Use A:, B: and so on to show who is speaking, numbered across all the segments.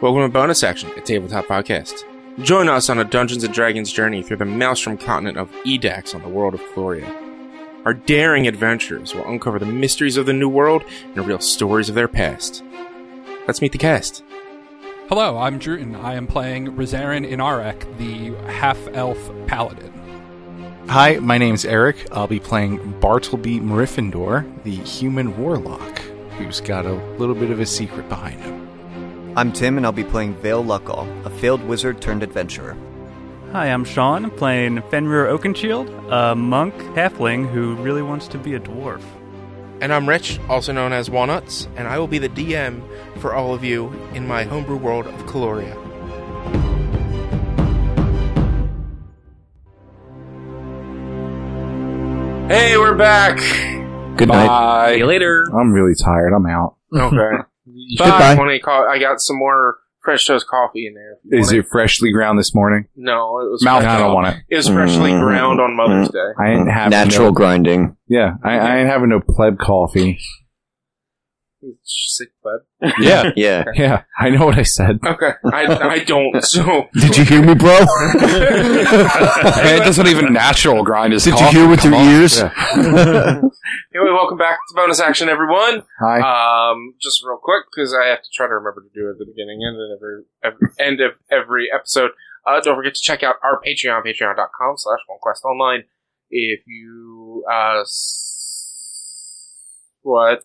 A: Welcome to bonus action, a tabletop podcast. Join us on a Dungeons and Dragons journey through the maelstrom continent of Edax on the world of Gloria. Our daring adventurers will uncover the mysteries of the new world and reveal stories of their past. Let's meet the cast.
B: Hello, I'm Drew, and I am playing Rizaren Inarek, the half elf paladin.
C: Hi, my name's Eric. I'll be playing Bartleby Mriffindor, the human warlock, who's got a little bit of a secret behind him.
D: I'm Tim, and I'll be playing Vale Luckall, a failed wizard turned adventurer.
E: Hi, I'm Sean, playing Fenrir Oakenshield, a monk halfling who really wants to be a dwarf.
A: And I'm Rich, also known as Walnuts, and I will be the DM for all of you in my homebrew world of Caloria. Hey, we're back!
C: Good
A: Bye.
F: later.
C: I'm really tired. I'm out.
A: Okay. Bye.
C: Goodbye.
A: When I, call, I got some more French toast coffee in there.
C: Is it freshly ground this morning?
A: No, it was
C: Mouth. Mm-hmm. I
A: fresh-
C: don't want it.
A: It was freshly ground on Mother's Day.
C: I ain't having
G: natural
C: No,
G: grinding.
C: yeah, I, I ain't having no pleb coffee.
A: Sick bud.
C: Yeah,
G: Yeah.
C: yeah. I know what I said.
A: Okay, I, I don't. So
G: Did you hear me, bro?
C: it doesn't even natural grind is.
G: Did you hear with your ears?
A: anyway, welcome back to bonus action, everyone.
C: Hi.
A: Um, just real quick because I have to try to remember to do it at the beginning and at every, every end of every episode. Uh, don't forget to check out our Patreon, patreon.com slash online. If you, uh, s- what?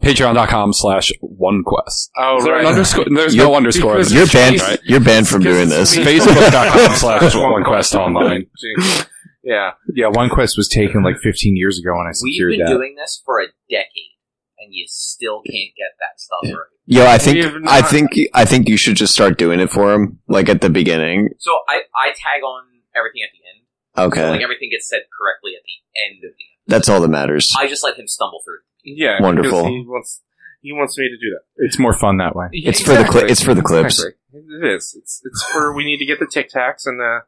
H: patreon.com slash one quest
A: Oh,
H: Is there an
A: right.
H: underscore? there's
G: You're-
H: no underscore in this
G: You're banned.
H: shit, right?
G: You're banned from doing this.
H: facebook.com slash one quest online
A: Jeez. Yeah.
C: Yeah, OneQuest was taken like 15 years ago when I
I: We've been
C: secured that.
I: doing this for a decade, and you still can't get that stuff right.
G: Yo, I think
A: We have not-
G: I think I think you should just start doing it for him, like at the beginning.
I: So I, I tag on everything at the end. So like
G: Okay,
I: everything gets said correctly at the end of the end.
G: that's all that matters.
I: I just let him stumble through.
A: Yeah.
G: Wonderful.
A: because He wants, he wants me to do that.
C: It's more fun that way.
A: Yeah,
G: It's for the cli- it's for the clips.
A: Exactly. It is. It's it's for we need to get the Tic Tacs and the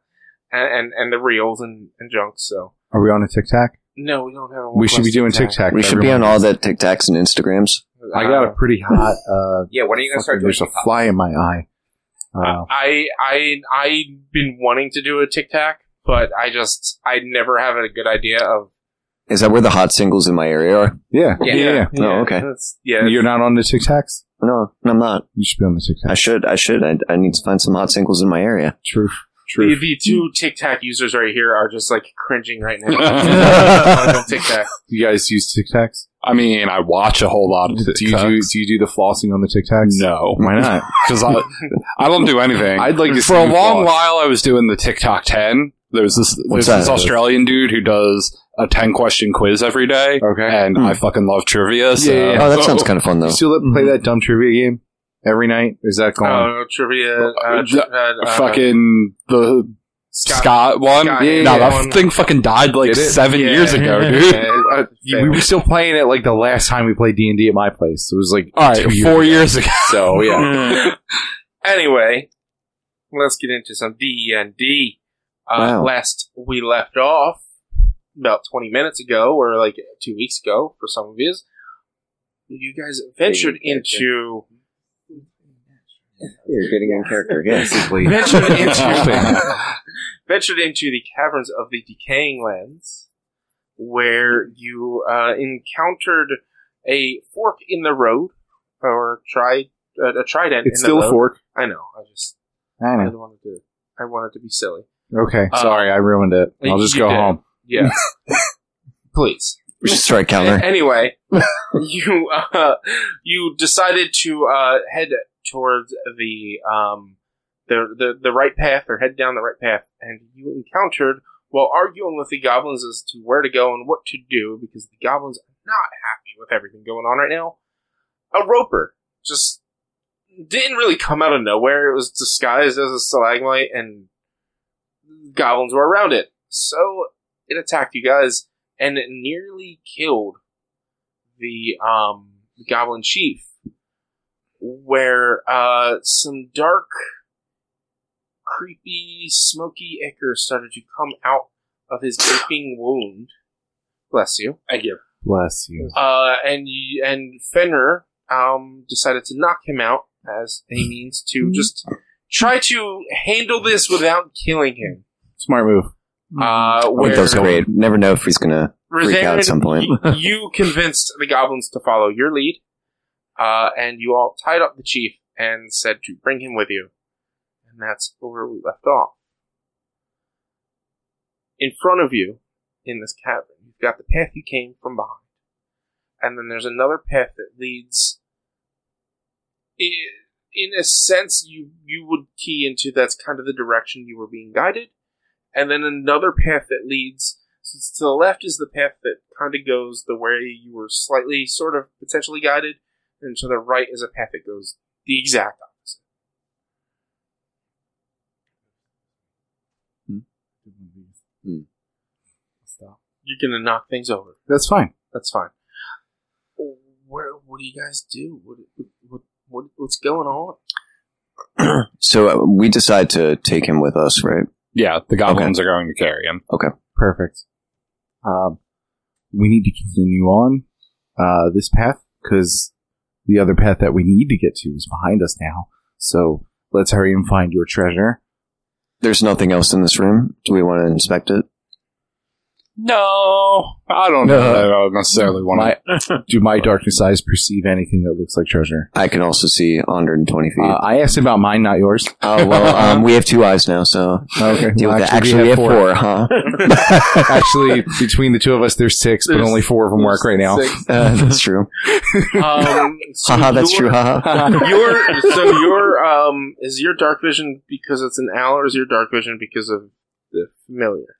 A: and, and and the reels and and junk. So
C: Are we on a Tic Tac?
A: no, we don't have. A
C: We should be doing Tic Tac.
G: We should be on all that Tic Tacs and Instagrams.
C: I got
A: Uh,
C: a pretty hot. Uh,
I: Yeah, when are you gonna start
C: fucking-
I: doing?
C: there's a fly in my eye. Uh,
A: I I I've been wanting to do a Tic Tac, but I just I never have a good idea of.
G: Is that where the hot singles in my area are?
C: yeah,
I: Yeah.
C: yeah,
A: Yeah,
G: Oh, okay.
A: that's- yeah.
C: yeah. You're not on the Tic Tacs.
G: No, I'm not.
C: You should be on the Tic
G: I
C: Tacs.
G: should. I should. I, I need to find some hot singles in my area.
C: True.
A: the,
C: True.
A: the two Tic Tac users right here are just like cringing right now. I don't
G: I
A: Tic Tac.
C: You guys use Tic Tacs?
H: i mean i watch a whole lot of
C: Do
H: tic
C: you do,
H: tacs
C: do you do the flossing on the Tic Tacs?
H: no
C: Why not?
H: because I, I don't do anything
C: I'd like
H: for
C: to see
H: a
C: you
H: long
C: floss.
H: while i was doing the tiktok 10 there's this
G: What's
H: there's this
G: that?
H: australian dude who does a 10 question quiz every day
C: Okay.
H: and
G: Hmm.
H: i fucking love trivia so
C: Yeah, yeah, yeah.
G: Oh, that sounds kind of fun
C: You
G: though.
C: still let- play that dumb trivia game every night? Is that going?
A: Oh, trivia. Uh,
H: Uh,
A: tr- uh, uh,
H: fucking the
A: Scott.
H: Scott, one.
A: Scott,
H: yeah,
A: yeah,
H: no,
A: yeah.
H: that
A: One.
H: thing fucking died like
C: Did it?
H: seven
A: Yeah.
H: years ago, dude.
C: Uh, we were still playing it like the last time we played D and D at my place. It was like
H: All right,
C: two
H: four years ago.
C: So yeah,
A: Mm. anyway, let's get into some D and D. Uh,
G: Wow.
A: Last we left off about twenty minutes ago, or like two weeks ago for some of you, you guys ventured into
G: You're getting in character, yes.
A: ventured into ventured into the caverns of the decaying lands, where you uh, encountered a fork in the road, or tri uh, a trident.
C: it's
A: in the
C: still a
A: road.
C: fork.
A: I know. I just
C: I
A: I
C: know.
A: didn't want to do it. I wanted to be silly.
C: Okay,
A: Uh,
C: sorry, I ruined it. I'll just
A: you
C: go
A: did.
C: home.
A: Yeah. Please.
G: We should strike counter.
A: Anyway, you uh, you decided to uh, head towards the um the, the the right path or head down the right path, and you encountered while arguing with the goblins as to where to go and what to do because the goblins are not happy with everything going on right now. A roper just didn't really come out of nowhere. It was disguised as a stalagmite, and goblins were around it, so it attacked you guys and it nearly killed the um, goblin chief. Where uh, some dark, creepy, smoky ichor started to come out of his gaping wound. Bless you. Thank you.
C: Bless you.
A: Uh, and y- and Fenrir um, decided to knock him out as a means to just uh, try to handle this without killing him.
H: Smart move.
A: Uh,
J: I think
A: where
J: those great. Never know if he's gonna freak out
A: Roseanne,
J: at some point.
A: y- you convinced the goblins to follow your lead, uh, and you all tied up the chief and said to bring him with you. And that's where we left off. In front of you, in this cavern, you've got the path you came from behind. And then there's another path that leads. i- In a sense, you, you would key into that's kind of the direction you were being guided. And then another path that leads since to the left is the path that kind of goes the way you were slightly sort of potentially guided, and to the right is a path that goes the exact opposite.
J: Hmm.
A: Stop. You're gonna knock things over.
H: That's fine.
A: That's fine. uh, Where? What do you guys do? What? What? what what's going on?
J: So uh, we decide to take him with us, right?
H: Yeah, the goblins are going to carry him.
C: Perfect. Um, we need to continue on uh, this path because the other path that we need to get to is behind us now. So let's hurry and find your treasure.
J: There's nothing else in this room. Do we want to inspect it?
H: No, I don't
C: No.
H: know. that I don't necessarily want
C: My,
H: to.
C: do my darkness eyes perceive anything that looks like treasure?
J: I can also see 120 feet.
C: Uh, I asked about mine, not yours.
J: oh well, um, we have two eyes now, so
C: Okay.
J: deal with that. Actually, we have four, huh?
C: actually, between the two of us, there's six, but
A: There's-
C: only four of them work right now.
A: Six.
J: Uh, that's true.
A: Um, so
J: Haha, that's
A: you're-
J: true. Haha.
A: your so your um is your dark vision because it's an owl or is your dark vision because of the familiar?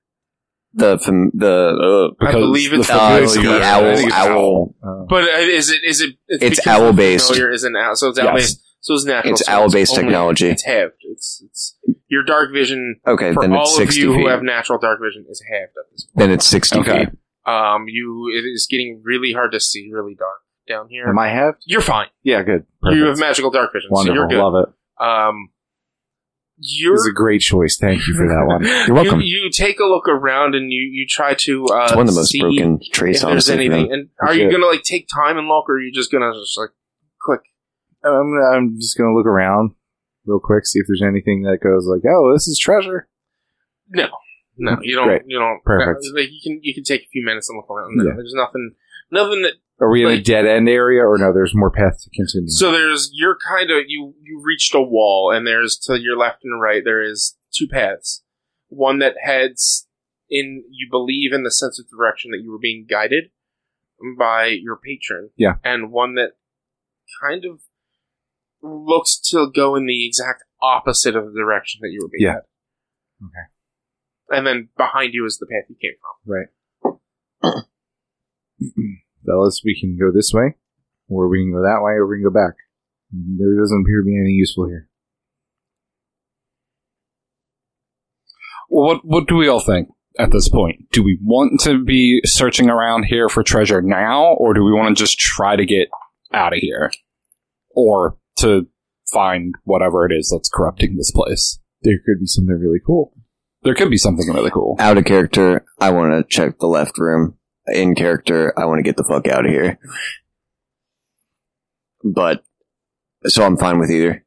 J: the fam- the uh,
A: I
H: Because
A: believe it's
H: the
J: uh,
A: familiar.
J: it's the
H: familiar-
J: owl,
H: I think it's
J: owl.
C: Oh.
A: But uh, is it is it?
J: It's
A: because the
J: owl-based.
A: Familiar is an owl, so it's
H: Yes.
A: owl based. So it's natural.
J: It's
A: so
J: owl-based
A: only-
J: technology.
A: It's halved. It's it's your dark vision
J: Okay,
A: for
J: then it's
A: all of
J: 60
A: you
J: feet.
A: who have natural dark vision is halved at this point.
J: then it's 60
H: Okay.
J: feet.
A: Um, you it is getting really hard to see, really dark down here.
C: Am I have?
A: You're fine.
C: Yeah, good.
A: You
C: Perfect.
A: have magical dark vision,
C: Wonderful.
A: so you're
C: Love it.
A: good. Um, you're
C: It's a great choice. Thank you for that one. You're welcome.
A: You, you take a look around and you, you try to uh,
J: It's one of the most
A: see
J: broken
A: if
J: traits,
A: there's
J: honestly. for
A: anything.
J: them.
A: And are
C: That's
A: you
C: it.
A: gonna like take time and look, or are you just gonna just like click?
C: I'm, I'm just going to look around real quick, see if there's anything that goes like, oh, this is treasure.
A: No, no, you don't.
C: Great.
A: You don't. uh,
C: Perfect.
A: Like you can you can take a few minutes and look around.
C: Yeah.
A: There's nothing. Nothing that
C: Are we in a
A: Like-
C: dead end area or no? There's more path to continue.
A: so there's you're kind of you you reached a wall and there's to your left and right there is two paths, one that heads in you believe in the sense of direction that you were being guided by your patron,
C: Yeah.
A: and one that kind of looks to go in the exact opposite of the direction that you were being
C: Yeah.
A: guided. Okay, and then behind you is the path you came from.
C: Fellas, we can go this way, or we can go that way, or we can go back. There doesn't appear to be anything useful here.
H: Well, what what do we all think at this point? Do we want to be searching around here for treasure now, or do we want to just try to get out of here, or to find whatever it is that's corrupting this place?
C: There could be something really cool.
H: There could be something really cool.
J: Out of character, I want to check the left room. In character, I want to get the fuck out of here. But, so I'm fine with either.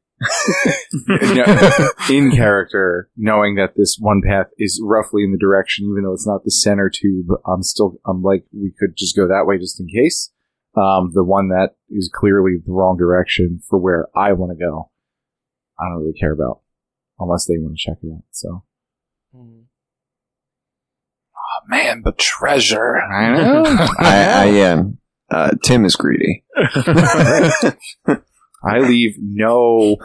C: No, in character, knowing that this one path is roughly in the direction, even though it's not the center tube, I'm still, I'm like, we could just go that way just in case. Um, the one that is clearly the wrong direction for where I want to go, I don't really care about, unless they want to check it out. So
H: Man, but treasure. I
J: I, I am. Uh, Tim is greedy.
C: I leave no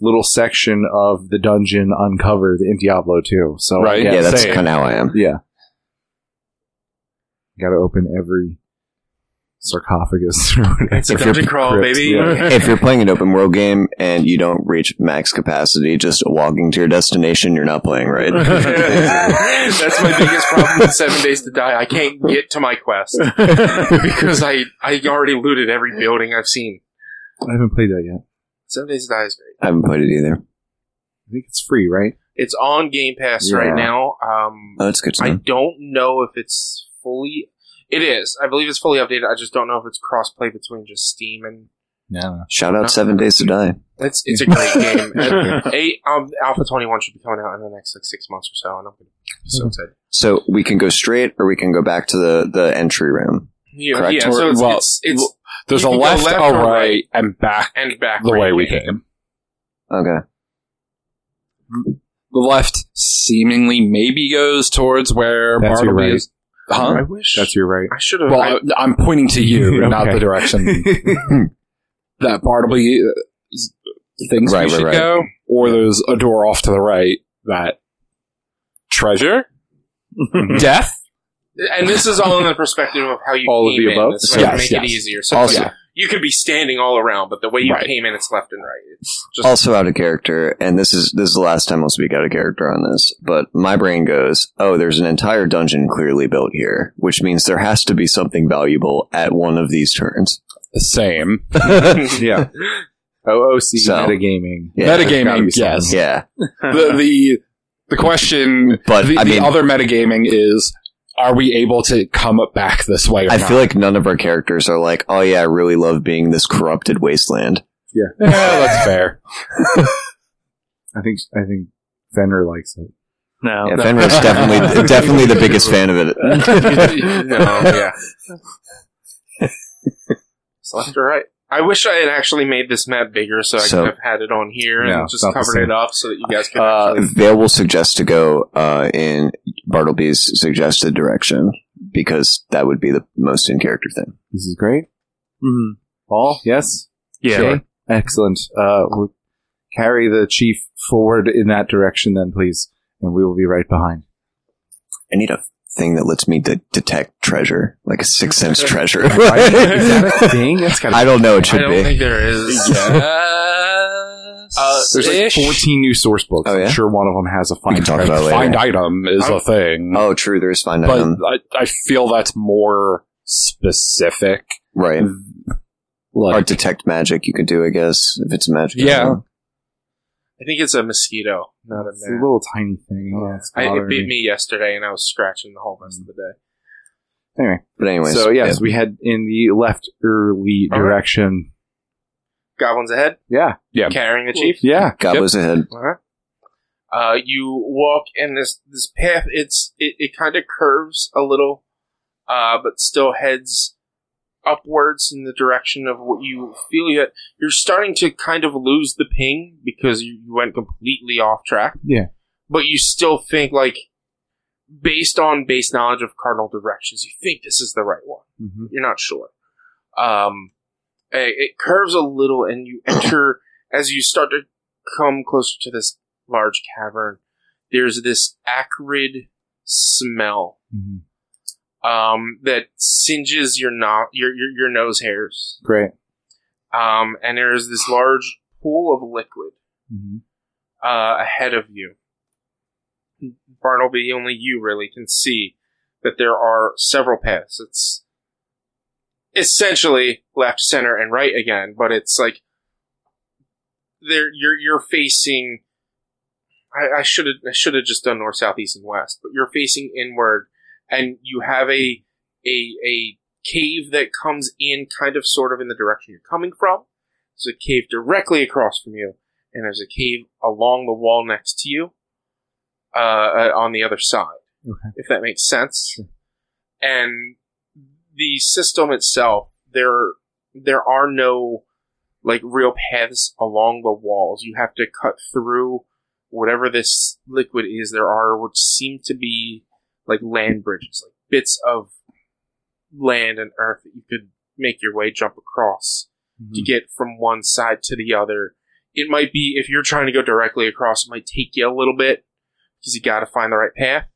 C: little section of the dungeon uncovered in Diablo 2. So
H: Right.
J: Yeah,
H: Yeah,
J: that's
H: same.
J: kind of how I am.
C: Yeah. Got to open every sarcophagus or whatever.
A: It's a
J: If you're
A: dungeon crawl,
C: crypt,
A: baby.
C: yeah.
J: if you're playing an open world game and you don't reach max capacity just walking to your destination, you're not playing right.
A: That's my biggest problem with Seven Days to Die. I can't get to my quest because I I already looted every building I've seen.
C: I haven't played that yet.
A: Seven Days to Die is great.
J: I haven't played it either.
C: I think it's free, right?
A: It's on Game Pass
C: Yeah.
A: right now. Um,
J: Oh, that's good to
A: I
J: know.
A: don't know if it's fully. It is. I believe it's fully updated. I just don't know if it's cross play between just Steam and.
C: No.
J: Shout out Seven Days to Die.
A: It's it's a great game. And eight, um, Alpha Twenty One should be coming out in the next like six months or so, and I'm gonna be
H: Hmm.
A: so excited.
J: So we can go straight or we can go back to the, the entry room.
A: Yeah,
J: Correct.
A: yeah.
H: Or-
A: So it's,
H: well,
A: it's, it's
H: There's
A: You
H: a
A: can go
H: left,
A: left
H: a
A: or
H: right,
A: right.
H: and back
A: and back
H: the way we
A: ranking.
H: came.
J: Okay.
H: The left seemingly maybe goes towards where
C: That's your
H: Bartleby
C: right.
H: is. Huh?
C: Right.
A: I wish
C: That's your right.
A: I should have.
H: Well, I, I'm pointing to you, not
C: Okay.
H: the direction that Bartleby uh, thinks
J: Right,
H: we
J: right,
H: should
J: right.
H: go. Or there's a door off to the right that treasure, death.
A: and this is all in the perspective of how you
C: uh, All of
A: came
C: the
A: in.
C: above?
A: That's why
H: Yes,
A: to make it
H: yes.
A: easier. So
J: Also-
A: like, you could be standing all around, but the way you
H: Right.
A: came in, it's left and right. It's just
J: Also out of character, and this is this is the last time I'll speak out of character on this, but my brain goes, Oh, there's an entire dungeon clearly built here, which means there has to be something valuable at one of these turns.
H: Same.
C: yeah. OOC
J: So-
C: metagaming.
J: Yeah.
H: metagaming,
C: There's gotta be
H: yes.
J: Yeah.
H: The, the the question,
J: But,
H: the,
J: I
H: the
J: mean-
H: other metagaming is: Are we able to come back this way? Or
J: I
H: not?
J: feel like none of our characters are like, Oh yeah, I really love being this corrupted wasteland.
H: Yeah, that's fair.
C: I think I think Fenrir likes it.
E: No.
J: yeah, Fenrir's definitely definitely the biggest fan of it.
A: no, yeah. it's left or right. I wish I had actually made this map bigger so I
J: So-
A: could have had it on here
C: No,
A: and
C: it's
A: just
C: not the same.
A: covered it up so that you guys could
J: Uh,
A: actually.
J: Vale will suggest to go uh, in Bartleby's suggested direction because that would be the most in character thing.
C: This is great.
H: Mm-hmm.
C: Paul, yes,
E: Yeah.
C: Jay? excellent. Uh, we'll carry the chief forward in that direction, then, please, and we will be right behind.
J: I need a thing that lets me de- detect treasure, like a sixth sense treasure.
C: Is that a thing? That's gotta
J: I don't know. It
A: I
J: should
A: don't
J: be.
A: think there is.
C: Uh, there's like 14 new source books.
J: Oh, yeah?
C: I'm sure one of them has a
J: we can
C: find.
J: talk
C: treasure.
J: about it
H: Find
J: later.
H: item is a thing,
J: Oh, um, true. There's find
H: but
J: item.
H: I, I feel that's more specific.
J: Right. Or
H: Like,
J: detect magic. You could do, I guess, if it's a magic.
H: Yeah.
J: item.
A: I think it's a mosquito, not a
C: It's a
A: man.
C: little tiny thing. Oh, it's
A: I, it
C: bothering
A: beat me yesterday, and I was scratching the whole
C: Mm.
A: rest of the day.
C: Anyway,
J: But anyways.
C: so yes,
J: yeah.
C: we head in the left early
A: All right.
C: direction.
A: Goblins ahead,
C: Yeah,
H: Yeah.
A: carrying the chief.
C: yeah.
J: God was ahead.
A: Uh-huh. Uh, you walk in this this path. It's it, it kind of curves a little, uh, but still heads upwards in the direction of what you feel. Yet you're starting to kind of lose the ping because you, you went completely off track.
C: Yeah.
A: but you still think like based on base knowledge of cardinal directions, you think this is the right one
C: Mm-hmm.
A: you're not sure. Um, it, it curves a little, and you enter as you start to come closer to this large cavern. There's this acrid smell
C: Mm-hmm.
A: um, that singes your, no- your your your nose hairs,
C: Great.
A: um, and there is this large pool of liquid
C: Mm-hmm.
A: uh, ahead of you. Bartleby, only you really can see that there are several paths. It's essentially left, center, and right again, but it's like there you're you're facing. I, I should have I should have just done north, south, east, and west, but you're facing inward, and you have a a a cave that comes in kind of sort of in the direction you're coming from. There's a cave directly across from you, and there's a cave along the wall next to you uh, uh, on the other side,
C: Okay.
A: if that makes sense. And the system itself, there there are no like real paths along the walls. You have to cut through whatever this liquid is. There are what seem to be like land bridges, like bits of land and earth that you could make your way jump across
C: Hmm.
A: to get from one side to the other. It might be if you're trying to go directly across, it might take you a little bit because you got to find the right path.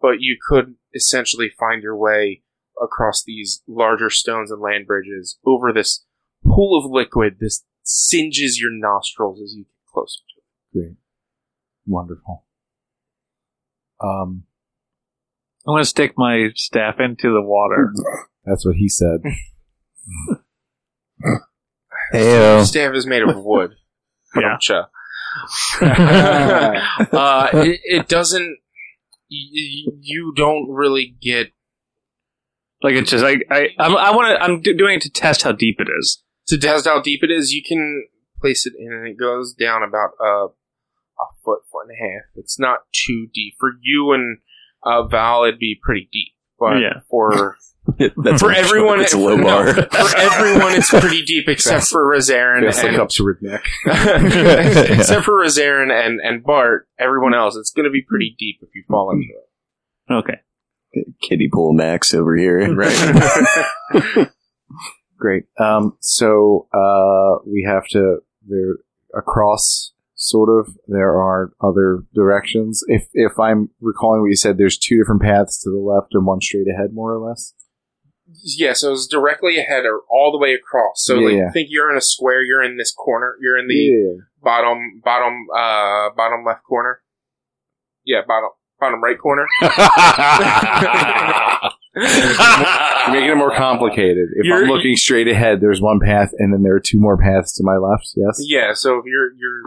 A: But you could essentially find your way across these larger stones and land bridges over this pool of liquid. This singes your nostrils as you get closer to it.
C: Mm-hmm. Wonderful. Um,
G: I'm going to stick my staff into the water.
C: that's what he said.
A: Your
J: Heyo.
A: Staff is made of wood.
G: Yeah.
A: Cha. uh, it, it doesn't. You, you don't really get
G: Like it's just like I I'm, I want to I'm do- doing it to test how deep it is.
A: to test how deep it is, you can place it in, and it goes down about a a foot, foot and a half. It's not too deep for you and uh, Val. It'd be pretty deep, but
E: Yeah.
A: for
J: That's
A: for
J: a-
A: everyone,
J: it's a low
A: no,
J: bar.
A: for everyone, it's pretty deep except for Razarin
C: Fist
A: and
C: like up to Ribneck.
A: except for Razarin and, and Bart, everyone else, it's going to be pretty deep if you fall into it.
E: Okay.
J: Kiddie pool max over here.
C: Great. Um, so uh, we have to there across sort of there are other directions. If if I'm recalling what you said, there's two different paths to the left and one straight ahead, more or less.
A: yeah, so it's directly ahead or all the way across. So
C: Yeah,
A: like,
C: yeah.
A: think you're in a square. You're in this corner. You're in the
C: yeah.
A: bottom, bottom, uh, bottom left corner. Yeah, bottom, bottom right corner.
C: You're making it more complicated. If
A: You're-
C: I'm looking straight ahead, there's one path, and then there are two more paths to my left. Yes.
A: yeah, so if you're you're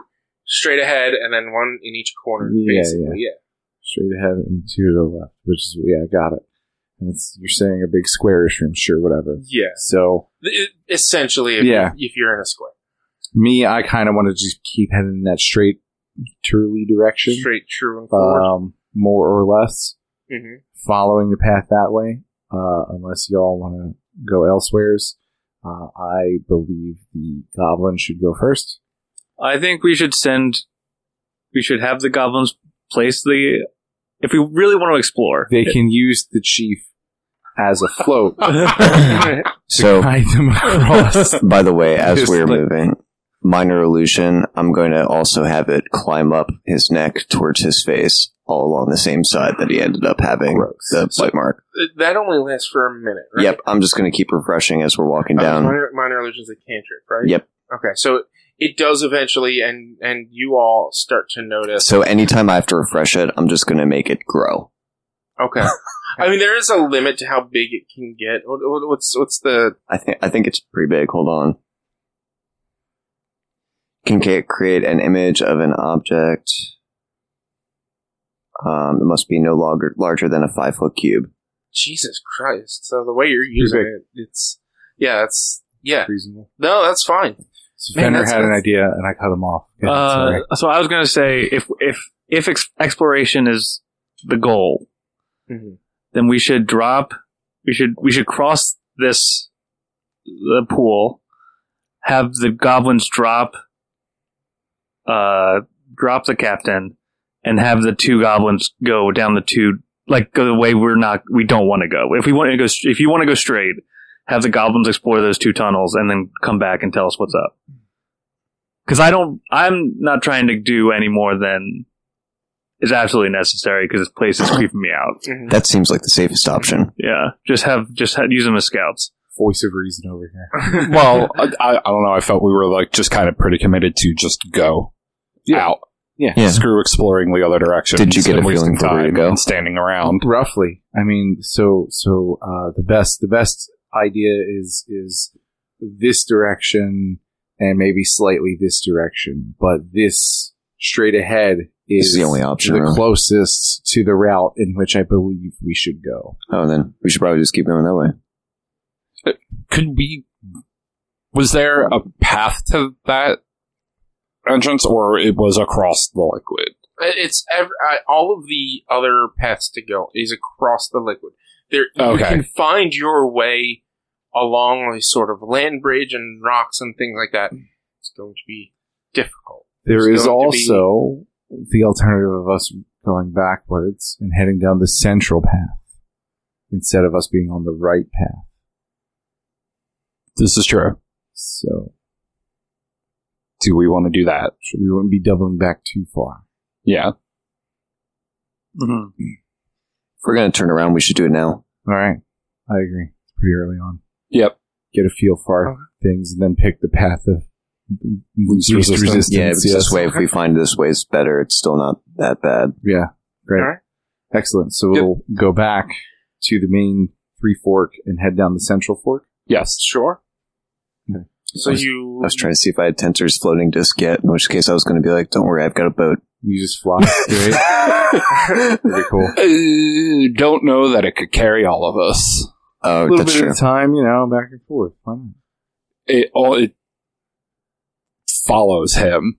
A: straight ahead and then one in each corner,
C: Yeah,
A: basically. Yeah.
C: straight ahead and two to the left, which is yeah, I got it. And it's you're saying a big squarish room, sure, whatever.
A: Yeah.
C: So
A: Th- Essentially, if,
C: Yeah.
A: if you're in a square,
C: me, I kind of want to just keep heading in that straight turly direction,
A: straight, true, and forward.
C: um, more or less
A: hmm
C: following the path that way. Uh, unless y'all want to go elsewheres, uh, I believe the goblin should go first.
G: I think we should send. We should have the goblins place the. If we really want to explore,
C: They can use the chief as a float
A: Mm-hmm.
C: to
J: So
C: guide them across.
J: By the way, as
C: Just
J: we're
C: like-
J: moving, minor illusion, I'm going to also have it climb up his neck towards his face, all along the same side that he ended up having
C: Gross.
J: the bite mark.
A: That only lasts for a minute, right?
J: Yep, I'm just going to keep refreshing as we're walking
A: Uh,
J: down.
A: Minor, minor illusion's a cantrip, right?
J: Yep.
A: Okay, so it does eventually, and and you all start to notice.
J: So anytime I have to refresh it, I'm just going to make it grow.
A: Okay. I mean, there is a limit to how big it can get. What- what- What's what's the
J: I think I think it's pretty big. Hold on. Can ca- create an image of an object. Um, it must be no longer larger than a five foot cube.
A: Jesus Christ? So the way you're using it, it's yeah, it's yeah.
C: Reasonable.
A: No, that's fine.
C: So
A: Man,
C: Fenrir
A: that's-
C: had an
A: that's-
C: idea, and I cut him off. Yeah,
G: Uh,
C: sorry.
G: so I was going to say if if if ex- exploration is the goal,
A: Mhm.
G: then we should drop. We should we should cross this the pool, have the goblins drop, uh, drop the captain, and have the two goblins go down the two like go the way we're not we don't want to go. If we want to go, st- if you want to go straight, have the goblins explore those two tunnels and then come back and tell us what's up. Because I don't, I'm not trying to do any more than is absolutely necessary because this place is creeping me out.
A: Mhm.
J: That seems like the safest option.
G: Yeah, just have just ha use them as scouts.
C: voice of reason over here.
H: well, I, I I don't know. I felt we were like just kind of pretty committed to just go
C: Yeah.
H: out.
J: Yeah.
H: Screw exploring the other direction.
J: Did you get a feeling for where to go?
H: standing around?
C: roughly i mean so so uh the best the best idea is is this direction and maybe slightly this direction but this straight ahead is,
J: This is the only option,
C: the
J: really.
C: closest to the route in which i believe we should go
J: Oh, then we should probably just keep going that way.
H: Could we? Was there a path to that entrance, or it was across the liquid?
A: It's ev- I, all of the other paths to go is across the liquid. There, you
H: Okay.
A: can find your way along a sort of land bridge and rocks and things like that. It's going to be difficult.
C: there
A: There's
C: is
A: going to be-
C: also the alternative of us going backwards and heading down the central path instead of us being on the right path
H: This is true.
C: so
H: Do we want to do that?
C: we wouldn't be doubling back too far
H: Yeah.
J: If we're going to turn around, we should do it now.
C: all right i agree it's pretty early on
H: Yep.
C: get a feel for our things and then pick the path of least
H: resistance.
C: resistance.
J: Yeah, because
C: yes.
J: this way, if we find this way is better, it's still not that bad.
C: Yeah, great.
A: Alright.
C: Excellent. So we'll go back to the main three fork and head down the central fork.
H: Yes.
A: Sure.
C: Okay.
A: So
J: I was-
A: you
J: I was trying to see if I had Tensor's floating disk yet, in which case I was going to be like, don't worry, I've got a boat.
C: You just fly straight.
J: Oh,
C: Pretty cool.
H: Uh, don't know that it could carry all of us.
C: A
J: Oh,
C: little
J: that's
C: bit
J: true.
C: of time, you know, back and forth. Why not?
H: It all it follows him.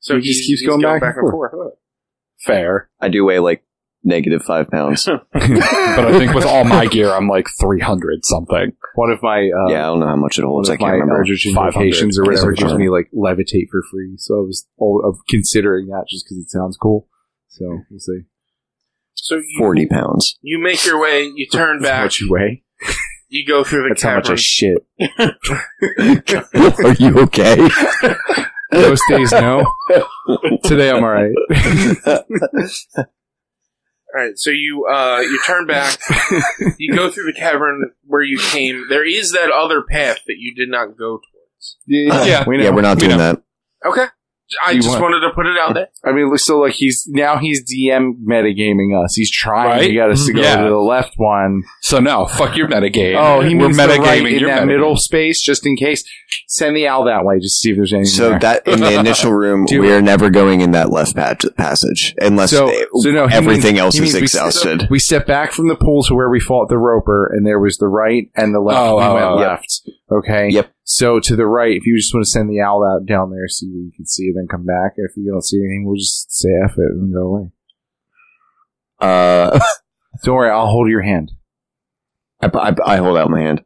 A: So
C: He
A: he,
C: just keeps
A: he's
C: going
A: going,
C: back
A: back,
C: and
A: and forth.
H: Fair,
J: I do weigh like negative five pounds.
H: but I think with all my gear, I'm like 300 something.
C: One of my uh,
J: yeah, I don't know how much it
C: one
J: holds. I
C: of
J: can't
C: my
J: remember.
C: Eldritch
H: 500.
C: invocations or whatever
J: Yeah.
C: gives me like levitate for free. So I was all of considering that just because it sounds cool. So we'll see.
A: So you,
J: Forty pounds.
A: you make your way, you turn
C: That's
A: back,
C: What you weigh?
A: you go through the
C: That's how
A: cavern.
C: much I shit.
J: Are you okay?
C: Most days, no. Today I'm all right.
A: All right, so you uh, you turn back, you go through the cavern where you came. There is that other path that you did not go towards.
H: Yeah,
C: we
J: yeah, we're not doing that.
A: Okay, I
C: You
A: just
C: want-
A: wanted to put it out there.
C: I mean, so like he's now he's DM metagaming us. He's trying
H: Right?
C: to get us to go
H: Yeah.
C: to the left one.
H: So no, fuck your metagame.
C: Oh, he
H: We're
C: means the
H: metagaming
C: right in
H: your
C: that
H: metagame.
C: middle space just in case. Send the owl that way just to see if there's anything.
J: So
C: there.
J: that in the initial room,
C: Do
J: we are never going in that left pat- passage unless
C: So-
J: they-
C: so no, he
J: everything
C: means-
J: else
C: he
J: is
C: means we set up-
J: exhausted.
C: we step back from the pool to where we fought the roper, and there was the right and the left.
H: Oh,
C: we
H: oh,
C: went
H: oh.
C: left. Okay.
J: Yep.
C: So to the right, if you just want to send the owl out down there, see what you can see, then come back. If you don't see anything, we'll just say F it and go away.
J: uh,
C: Don't worry, I'll hold your hand.
J: I, I, I hold out my hand.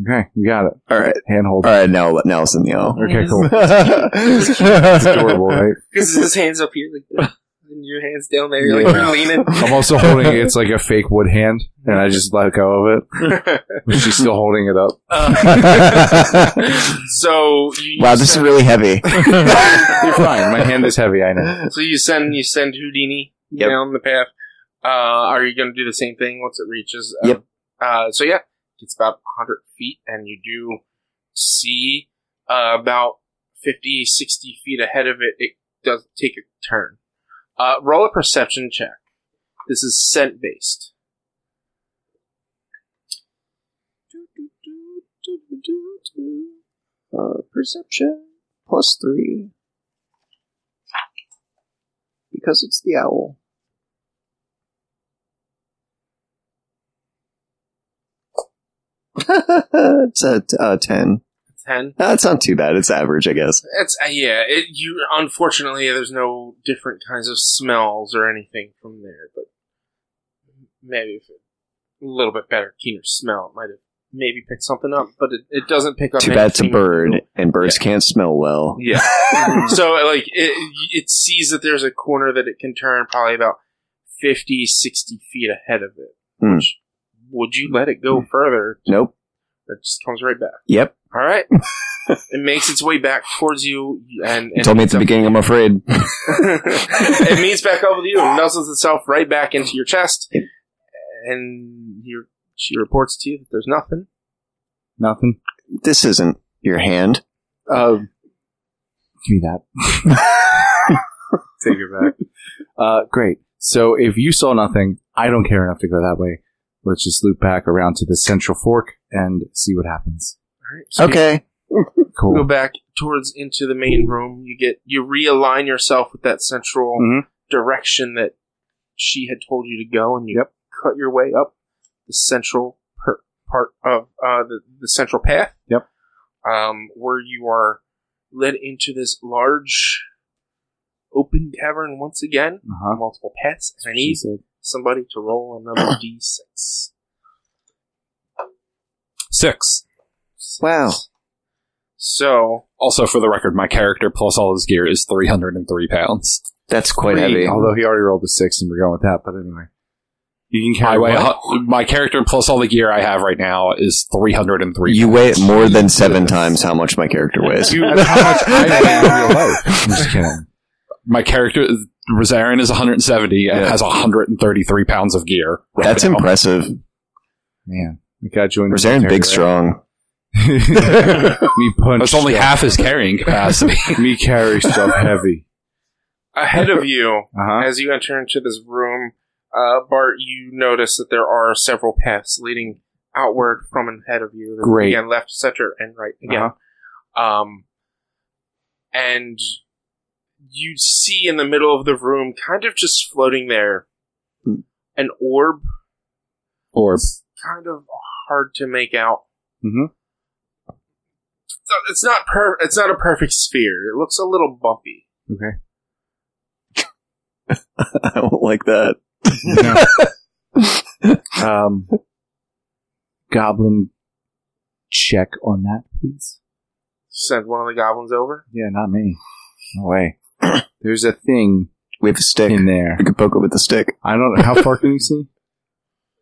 C: Okay, you got it.
J: All right,
C: Hand hold.
J: all right. Now, now it's in the owl.
C: Okay, cool.
J: it's
C: Adorable, right?
A: Because his hands up here, like this, and your hands down there, you're like
C: Yeah.
A: you're leaning.
C: I'm also holding it. It's like a fake wood hand, and I just let go of it. But She's still holding it up.
A: So you
J: Wow,
A: you
J: this is
A: send,
J: really heavy.
C: You're fine. My hand is heavy. I know.
A: so you send you send Houdini
J: Yep.
A: down the path. Uh, are you going to do the same thing once it reaches? Uh,
J: Yep.
A: Uh, so yeah, it's about 100 feet, and you do see uh, about 50, 60 feet ahead of it. It does take a turn. Uh, roll a perception check. This is scent based.
J: Uh, perception plus three. Because it's the owl. it's a, a 10.
A: 10.
J: That's not too bad. It's average, I guess.
A: It's uh, yeah. It, you unfortunately, there's no different kinds of smells or anything from there, but maybe if a little bit better, keener smell it might have maybe picked something up. But it, it doesn't pick up.
J: Too bad it's a
A: anything.
J: bird, and birds can't smell well.
A: Yeah. so uh, like it, it sees that there's a corner that it can turn probably about 50, 60 feet ahead of it.
J: Hmm.
A: Which, would you let it go further?
J: Nope.
A: It just comes right back.
J: Yep.
A: All right. it makes its way back towards you, and,
J: You
A: and
J: told me at
A: it's
J: the
A: a-
J: beginning I'm afraid.
A: it meets back up with you and nuzzles itself right back into your chest. And you she reports to you that there's nothing.
C: Nothing.
J: this isn't your hand.
C: Um, give me that. Take it back. Uh, great. So if you saw nothing, I don't care enough to go that way. Let's just loop back around to the central fork and see what happens.
A: All right, so
J: Okay.
A: You go
C: Cool.
A: back towards into the main room. You get you realign yourself with that central
C: Mhm.
A: direction that she had told you to go, and you cut your way up the central per- part of uh, the the central path.
C: Yep.
A: Um, where you are led into this large open cavern once again.
C: Uh-huh.
A: multiple paths, and I
C: She
A: need
C: said.
A: somebody to roll another d6.
H: Six.
J: Wow.
A: So,
H: Also, for the record, my character plus all his gear is 303 pounds.
J: That's quite
C: Three,
J: heavy.
C: Although he already rolled a six, and we're going with that. But anyway, you can
H: I
C: carry.
H: weigh
C: what?
H: hu- my character plus all the gear I have right now is 303.
J: You
H: pounds.
J: weigh it more than seven times how much my character weighs.
C: That's how much I weigh in real life. I'm just kidding.
H: my character Rosarian is 170 and
J: Yeah.
H: has 133 pounds of gear. right
J: That's
H: now.
J: impressive.
C: Man, we got you in. the
J: Rosarian
C: military,
J: big strong.
C: right? Me punch.
H: That's only half his carrying capacity.
C: Me carry stuff heavy.
A: ahead of you,
C: Uh
H: Uh-huh.
C: huh.
A: as you enter into this room, uh, Bart, you notice that there are several paths leading outward from and ahead of you. There's,
C: Great.
A: Again, left, center, and right again.
H: Uh-huh.
A: Um, and you see in the middle of the room, kind of just floating there,
J: Hmm.
A: an orb
H: Or
C: mm-hmm.
A: kind of hard to make out.
C: Mhm.
A: So It's not per. It's not a perfect sphere. It looks a little bumpy.
C: Okay.
J: I don't like that.
C: Um, goblin check on that, please.
A: Send one of the goblins over.
C: Yeah, not me. No way. There's a thing
J: We have a stick.
C: in there.
J: We can poke it with a stick.
C: I don't know. How far can you see?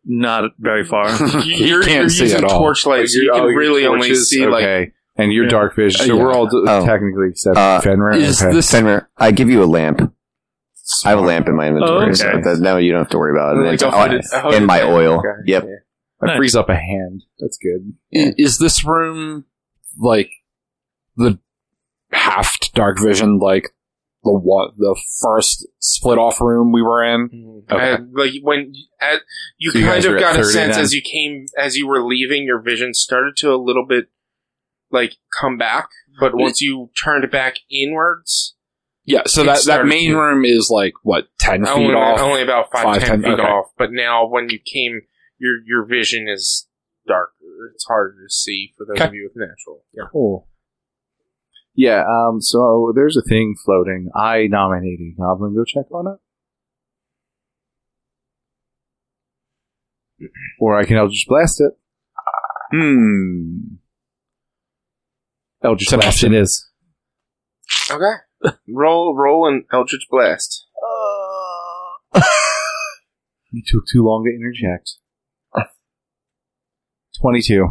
G: Not very far.
H: He can't see
A: using
H: at all.
A: torchlight, so you
C: Oh,
A: can
C: your
A: really only
C: torches?
A: see like.
C: okay. and your
A: Yeah.
C: dark vision. So
H: Yeah.
C: we're all d-
J: Oh.
C: technically except
J: Uh,
C: Fenrir.
H: Is
C: Okay.
H: this
J: Fenrir, I give you a lamp. I have a lamp in my inventory,
C: Oh,
J: so
G: okay.
J: that, now you don't have to worry about it.
A: Like,
J: And it's
A: I'll
J: on-
A: put it- I'll put
J: in
A: it
J: my
A: there.
J: oil.
A: Okay.
J: Yep.
C: I freeze up a hand. That's good.
H: I- is this room like the half dark vision like the what the first split off room we were in Okay.
A: And, like Uh, when at, you
H: So you
A: kind
H: guys are
A: of
H: at
A: got a
H: 30
A: sense
H: then?
A: as you came as you were leaving, your vision started to a little bit like come back, but once you turned back inwards,
H: yeah so
A: It
H: that that
A: started
H: main
A: here.
H: room is like what 10 feet
A: only,
H: off
A: only about five,
H: Five,
A: ten
H: ten,
A: feet
H: okay.
A: off. But now when you came, your your vision is darker. It's harder to see for those
H: Okay.
A: of you with natural. Yeah.
C: Cool. Yeah, um, so there's a thing floating. I nominate a goblin. Go check on it. Or I can Eldritch Blast it. Hmm. Eldritch
H: Blast
C: Blast it is.
A: Okay. roll roll an Eldritch Blast.
C: You took too long to interject. 22.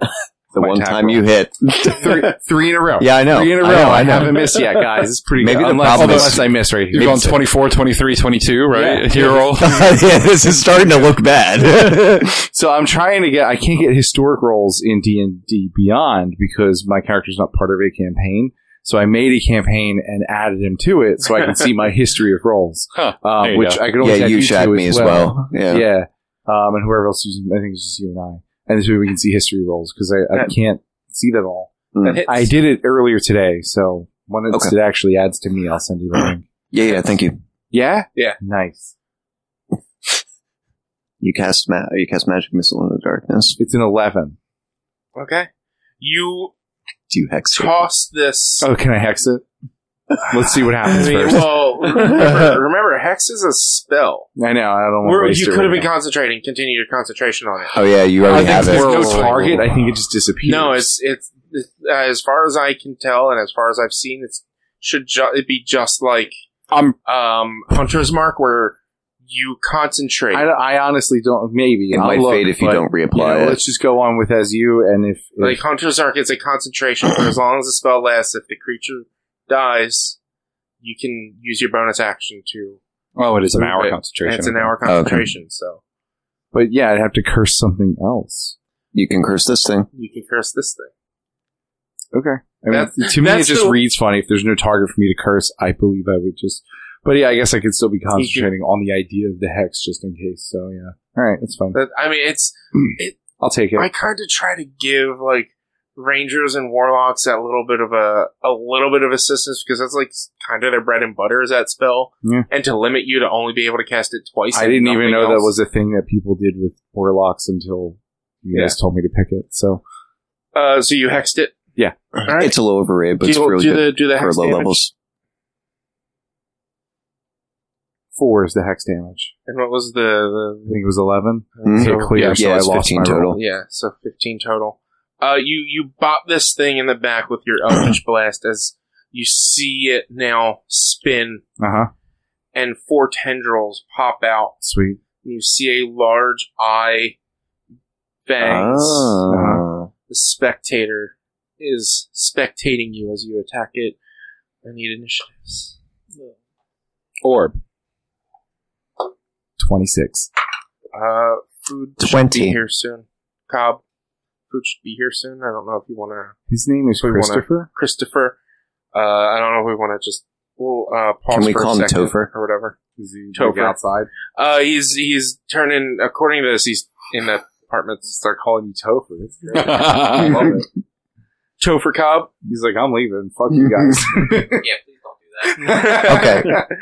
J: The
C: My
J: one
C: attack
J: time
C: roll.
J: you hit.
C: three, three in a row.
J: Yeah, I know.
C: Three in a row.
J: Oh, I, know, I
C: I,
J: know.
C: haven't missed yet, guys. It's pretty
J: Maybe
C: good.
J: the
C: Unless,
J: problem is-
C: unless I miss right here.
H: you're going 24 23 22 right
C: Yeah.
H: hero
J: yeah, this is starting to look bad.
C: so I'm trying to get. I can't get historic roles in D and D Beyond because my character's not part of a campaign. So I made a campaign and added him to it so I can see my history of roles,
H: Huh. There
C: um,
H: you
C: which
H: go.
C: I could only.
J: yeah,
C: add
J: you
C: to
J: shot me as well.
C: Yeah,
J: Yeah.
C: Um, and whoever else uses, I think it's just you and I. And this way we can see history roles because I, I can't see them all.
A: That hits.
C: I did it earlier today, so when it's,
J: Hmm. Okay.
C: it actually adds to me, I'll send you the link.
J: yeah, yeah. Thank you.
C: Yeah,
A: Yeah.
C: nice.
J: You cast ma- you cast magic missile in the darkness.
C: It's an eleven.
A: Okay. You
J: Do you hex? it?
A: toss this
C: Oh, can I hex it? Let's see what happens
A: I mean,
C: first.
A: Well, remember, remember, hex is a spell.
C: I know. I don't
A: Where
C: want to.
A: you could have been concentrating, continue your concentration on it.
J: Oh yeah, you
C: I
J: already
C: think
J: have it.
C: there's no target. I think it just disappears.
A: No, it's it's uh, as far as I can tell, and as far as I've seen, it should ju- it be just like
H: i'm
A: um, Hunter's Mark, where you concentrate.
C: I, I honestly don't. Maybe
J: It
C: I'll
J: might
C: look,
J: fade if you
C: but,
J: don't
C: you know,
J: reapply it.
C: Let's just go on with as you, and if, if
A: like Hunter's Mark is a concentration for as long as the spell lasts. If the creature dies, you can use your bonus action to.
H: oh it is an hour
A: Right. and
H: concentration
A: It's an hour
C: Oh,
A: concentration, so
C: but yeah, I'd have to curse something else.
J: You can curse this thing.
A: you can curse this thing.
C: Okay. I mean,
A: That's-
C: to me, it
A: that's
C: just
A: the-
C: reads funny. If there's no target for me to curse, I believe I would just. But yeah, I guess I could still be concentrating on the idea of the hex just in case. So yeah, all right, that's fine.
A: But, I mean, it's
C: I'll take it.
A: I kind of try to give like rangers and warlocks that little bit of a a little bit of assistance because that's like kind of their bread and butter is that spell,
C: Yeah.
A: and to limit you to only be able to cast it twice.
C: I
A: and
C: didn't even
A: nothing
C: know that
A: else.
C: was a thing that people did with warlocks until you guys told me to pick it. So
A: Uh, so you hexed it.
C: Yeah.
A: All right.
J: It's a low overraid, but
A: do
J: it's
A: you-
J: really
A: do
J: good
A: the do the
J: for
A: hex
J: low
A: damage?
J: levels.
C: four is the hex damage.
A: And what was the,
C: I think it was eleven.
A: the
J: Mhm.
C: So clear.
J: Yeah,
C: so
J: yeah,
C: I
J: it's
C: lost
J: 15
C: my
J: total.
C: roll.
A: yeah? So fifteen total. Uh, you you bop this thing in the back with your eldritch blast as you see it now spin
C: Uh huh.
A: and four tendrils pop out
C: Sweet.
A: and you see a large eye bangs.
C: Uh-huh.
J: Ah.
A: The spectator is spectating you as you attack it. I need initiatives.
C: Orb. Twenty six.
A: Uh, food should
J: Twenty.
A: be here soon. Cobb, food should be here soon. I don't know if you want to,
C: His name is
A: We wanna-
C: Christopher.
A: Christopher. Uh, I don't know if we want to just. We'll uh, pause
J: Can we
A: for a
J: call him
A: second
J: Topher?
A: or whatever.
C: Is he
A: Topher.
C: outside?
A: Uh, he's he's turning. According to this, he's in the apartment.
C: Start calling you Topher. That's great. I
H: hour
C: love it.
A: Topher Cobb.
C: He's like, I'm leaving. Fuck you guys.
K: Yeah, please don't do that.
J: Okay.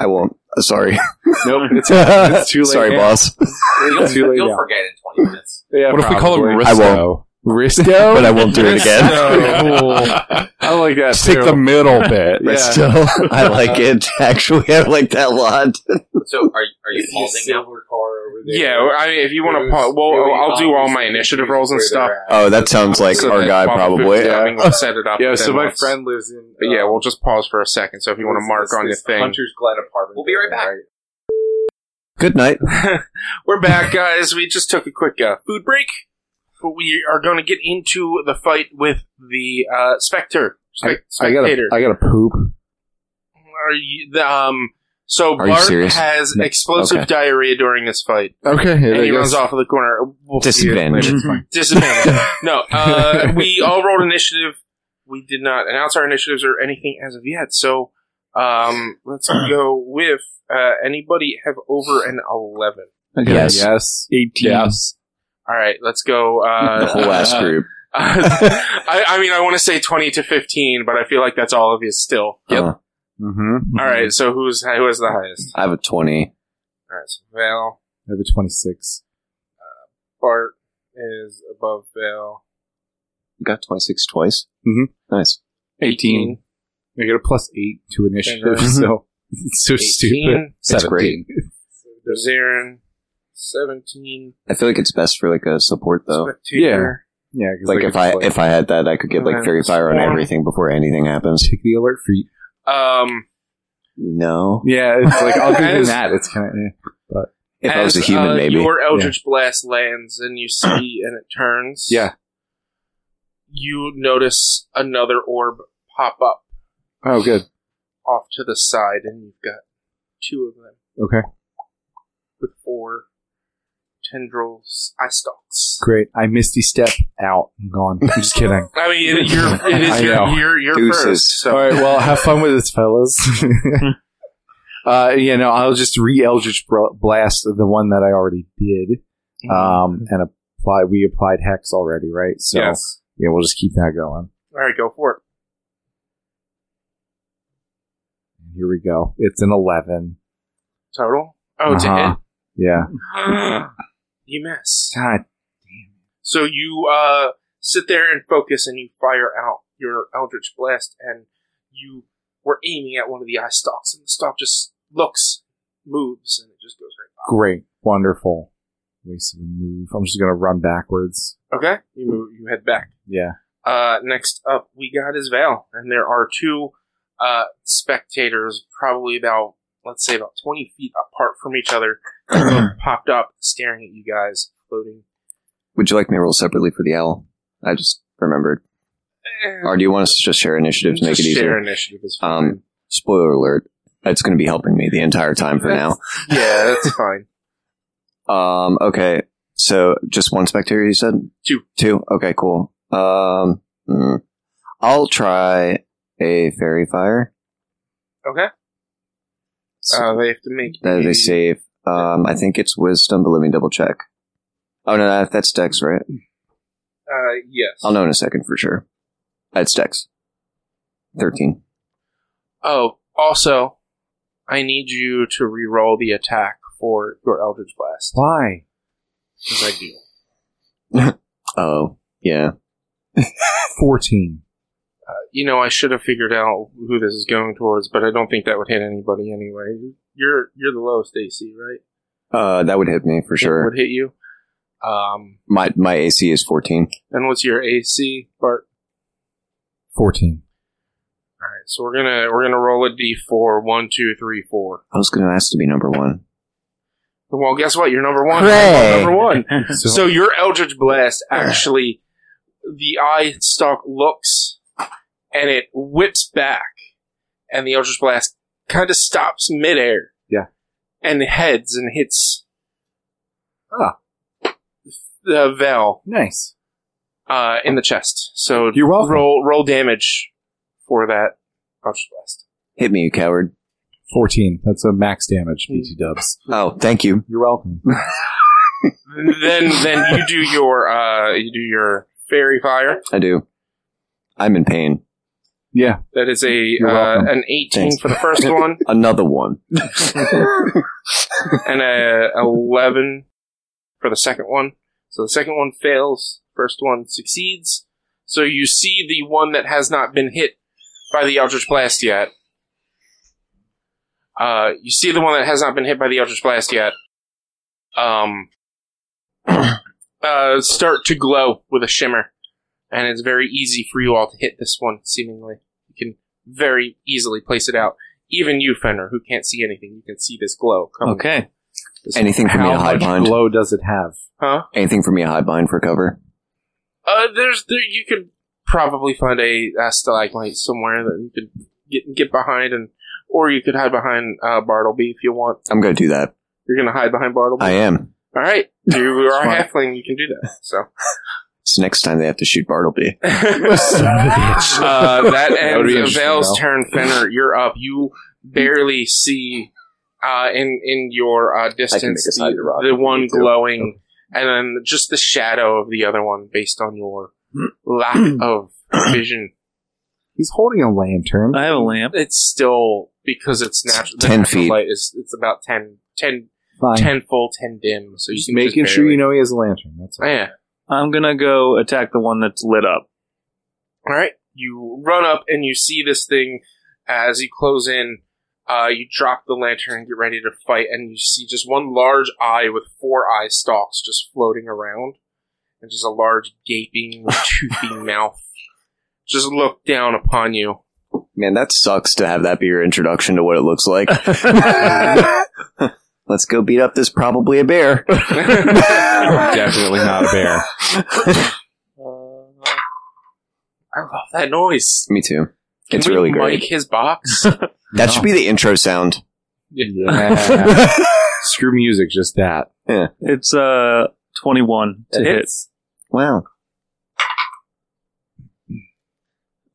J: I won't. Uh, Sorry.
C: nope. It's, it's too late.
J: Sorry,
C: now.
J: boss.
K: You'll,
C: It's too late.
K: you'll
C: now.
K: forget in 20 minutes.
C: Yeah,
H: what if we call him
C: probably.
H: Risto?
J: I won't.
C: Risto,
J: but I won't do it again.
C: I like that.
H: Just take
C: too.
H: the middle bit.
J: But still, I like it. Actually, I like that a lot.
K: So are are you pausing now?
A: Yeah, I mean, if you want to, pause, well, I'll do all my initiative rolls and stuff.
J: Oh, that sounds like
A: So
J: our
A: that
J: guy
A: while the
J: probably.
A: food's happening, we'll set it up.
C: Yeah,
A: then
C: so my
A: let's-
C: friend lives in. uh,
A: But yeah, we'll just pause for a second. So if you want to mark on your thing,
C: Hunter's Glen apartment.
K: We'll be right back.
J: Good night.
A: we're back, guys. We just took a quick uh, food break, but we are going to get into the fight with the uh, Spectre.
C: I,
A: Spec-
C: I gotta,
A: spectator.
C: I gotta poop.
A: are you, the, um, so
J: Are you
A: Bart
J: serious?
A: has
J: No.
A: explosive
J: Okay.
A: diarrhea during this fight,
C: Okay,
A: and he runs off of the corner. We'll see it later.
J: Disadvantage.
A: Disadvantage. no, uh, we all rolled initiative. We did not announce our initiatives or anything as of yet. So um, let's go with uh, anybody have over an eleven.
J: Yes.
C: yes,
G: 18.
C: yes.
A: All right, let's go.
J: The
A: Uh,
J: whole ass group.
A: I, I mean, I want to say twenty to fifteen, but I feel like that's all of you still.
J: Uh,
C: Mm-hmm.
A: All right, so who's who has the highest?
J: I have a 20.
A: All right, so Val
C: I have a twenty-six.
A: Bart is above Val.
J: You got 26 twice?
C: Mhm.
J: Mm-hmm. Nice.
C: 18. I get a plus eight to initiative,
A: Fingers.
C: so it's so stupid.
A: 18.
J: That's great.
A: Zarin, seventeen.
J: I feel like it's best for like a support though.
A: Spectator.
C: Yeah,
J: Like, if I if I had that, I could get like
A: Okay.
J: fairy fire on
A: Yeah.
J: everything before anything happens.
C: take the alert for you.
A: Um,
J: No,
C: Yeah, it's like other than
A: As-
C: that, it's kind of.
J: if I was a
A: As,
J: human,
A: uh,
J: maybe.
A: Your Eldritch Blast lands and you see and it turns.
C: Yeah.
A: You notice another orb pop up
C: Oh, good.
A: off to the side, and you've got two of them
C: Okay,
A: with four tendrils, eye stalks.
C: great. I misty step out. I'm gone. I'm just kidding.
A: I mean, it, you're, it is
C: I
A: your,
C: know.
A: your, your
J: Deuces.
A: first. So.
C: All right. Well, have fun with this, fellas. uh, yeah, no, I'll just re Eldritch Bra- blast the one that I already did,
A: Mm-hmm.
C: um, and apply. We applied hex already, right? So
A: yes.
C: yeah, we'll just keep that going.
A: All right, go for it.
C: Here we go. It's an eleven.
A: Total. Oh, it's a
C: Uh-huh. Yeah.
A: hit. you miss.
C: God.
A: So you uh, sit there and focus, and you fire out your Eldritch Blast, and you were aiming at one of the eye stalks, and the stalk just looks, moves, and it just goes right.
C: Great. Wonderful. Waste of a move. I'm just gonna run backwards.
A: Okay, you move, you head back.
C: Yeah.
A: Uh, next up, we got is Val, and there are two uh, spectators, probably about let's say about twenty feet apart from each other, that both popped up, staring at you guys, floating.
J: Would you like me to roll separately for the owl? I just remembered. Or do you want us to just share initiative to make it
A: Just share
J: easier?
A: initiative is fine.
J: Um, spoiler alert. It's going to be helping me the entire time for now.
A: yeah, that's fine.
J: Um, okay. So just one spectator, you said?
A: Two.
J: Two. Okay, cool. Um, mm. I'll try a fairy fire.
A: Okay.
J: So
A: Uh, they have to make
J: that is
A: a-
J: a save. Um, I think it's wisdom, but let me double check. Oh no, that, that's Dex, right?
A: Uh, yes.
J: I'll know in a second for sure. That's Dex. Thirteen.
A: Oh, also, I need you to re-roll the attack for your Eldritch Blast.
C: Why?
A: 'cause I do.
J: Oh yeah.
C: Fourteen.
A: You know, I should have figured out who this is going towards, but I don't think that would hit anybody anyway. You're you're the lowest AC, right?
J: Uh, that would hit me for
A: It
J: sure.
A: would hit you. Um,
J: My my AC is fourteen.
A: and what's your AC, Bart?
C: Fourteen.
A: All right, so we're gonna we're gonna roll a D4. One, two, three, four.
J: I was going to ask to be number one.
A: Well, guess what? You're number one.
J: Hooray!
A: Number one.
C: So,
A: So your Eldritch Blast actually, the eye stalk looks, and it whips back, and the Eldritch Blast kind of stops midair.
C: Yeah.
A: And heads and hits.
C: Ah.
A: The Val
C: nice.
A: uh, in the chest. So
C: You're welcome.
A: roll roll damage for that Eldritch Blast.
J: Hit me, you coward.
C: Fourteen. That's a max damage. BT Dubs.
J: Oh, thank you.
C: You're welcome.
A: then then you do your uh, you do your fairy fire.
J: I do. I'm in pain.
C: Yeah.
A: That is a
C: You're
A: uh,
C: welcome.
A: an eighteen
J: Thanks.
A: for the first one.
J: Another one.
A: and a 11 for the second one. So the second one fails First one succeeds. So you see the one that has not been hit by the Eldritch Blast yet. Uh, you see the one that has not been hit by the Eldritch Blast yet. Um, uh, start to glow with a shimmer, and it's very easy for you all to hit this one. Seemingly, you can very easily place it out. Even you, Fenrir, who can't see anything, you can see this glow coming.
G: Okay.
A: This-
J: Anything for me
C: How
J: a high
C: much
J: bind?
C: glow does it have?
A: Huh?
J: Anything for me a high bind for cover?
A: Uh, there's there, you could probably find a, uh stalagmite somewhere that you could get get behind, and or you could hide behind uh, Bartleby if you want.
J: I'm gonna do that.
A: You're gonna hide behind Bartleby.
J: I am.
A: All right, you are a
J: Smart.
A: halfling. You can do that. So
J: So next time they have to shoot Bartleby.
A: uh, that
C: would be
A: ends
C: interesting,
A: Vale's
C: though.
A: turn. Fenner, you're up. You barely see uh, in in your uh, distance
J: this hide
A: the,
J: the rock
A: the
J: if you
A: one
J: need to.
A: glowing, and then just the shadow of the other one based on your lack of vision.
C: He's holding a lantern.
G: I have a lamp.
A: It's still because it's natural.
J: 10
A: natural
J: feet.
A: Light is it's about 10, 10,
C: Fine.
A: 10 full, ten dim. So you
C: Just
A: can
C: making
A: just
C: sure
A: barely-
C: you know he has a lantern. That's all.
A: Yeah.
G: I'm gonna go attack the one that's lit up.
A: All right, you run up and you see this thing as you close in. Uh, you drop the lantern and get ready to fight, and you see just one large eye with four eye stalks just floating around, and just a large gaping, toothy mouth just look down upon you.
J: Man, that sucks to have that be your introduction to what it looks like. Let's go beat up this probably a bear.
H: Definitely not a bear.
A: I love that noise.
J: Me too.
A: Can
J: It's
A: we
J: really
A: mic
J: great.
A: his box.
J: That should be the intro sound.
C: Yeah. Screw music, just that.
G: It's uh 21 to hit.
J: Wow.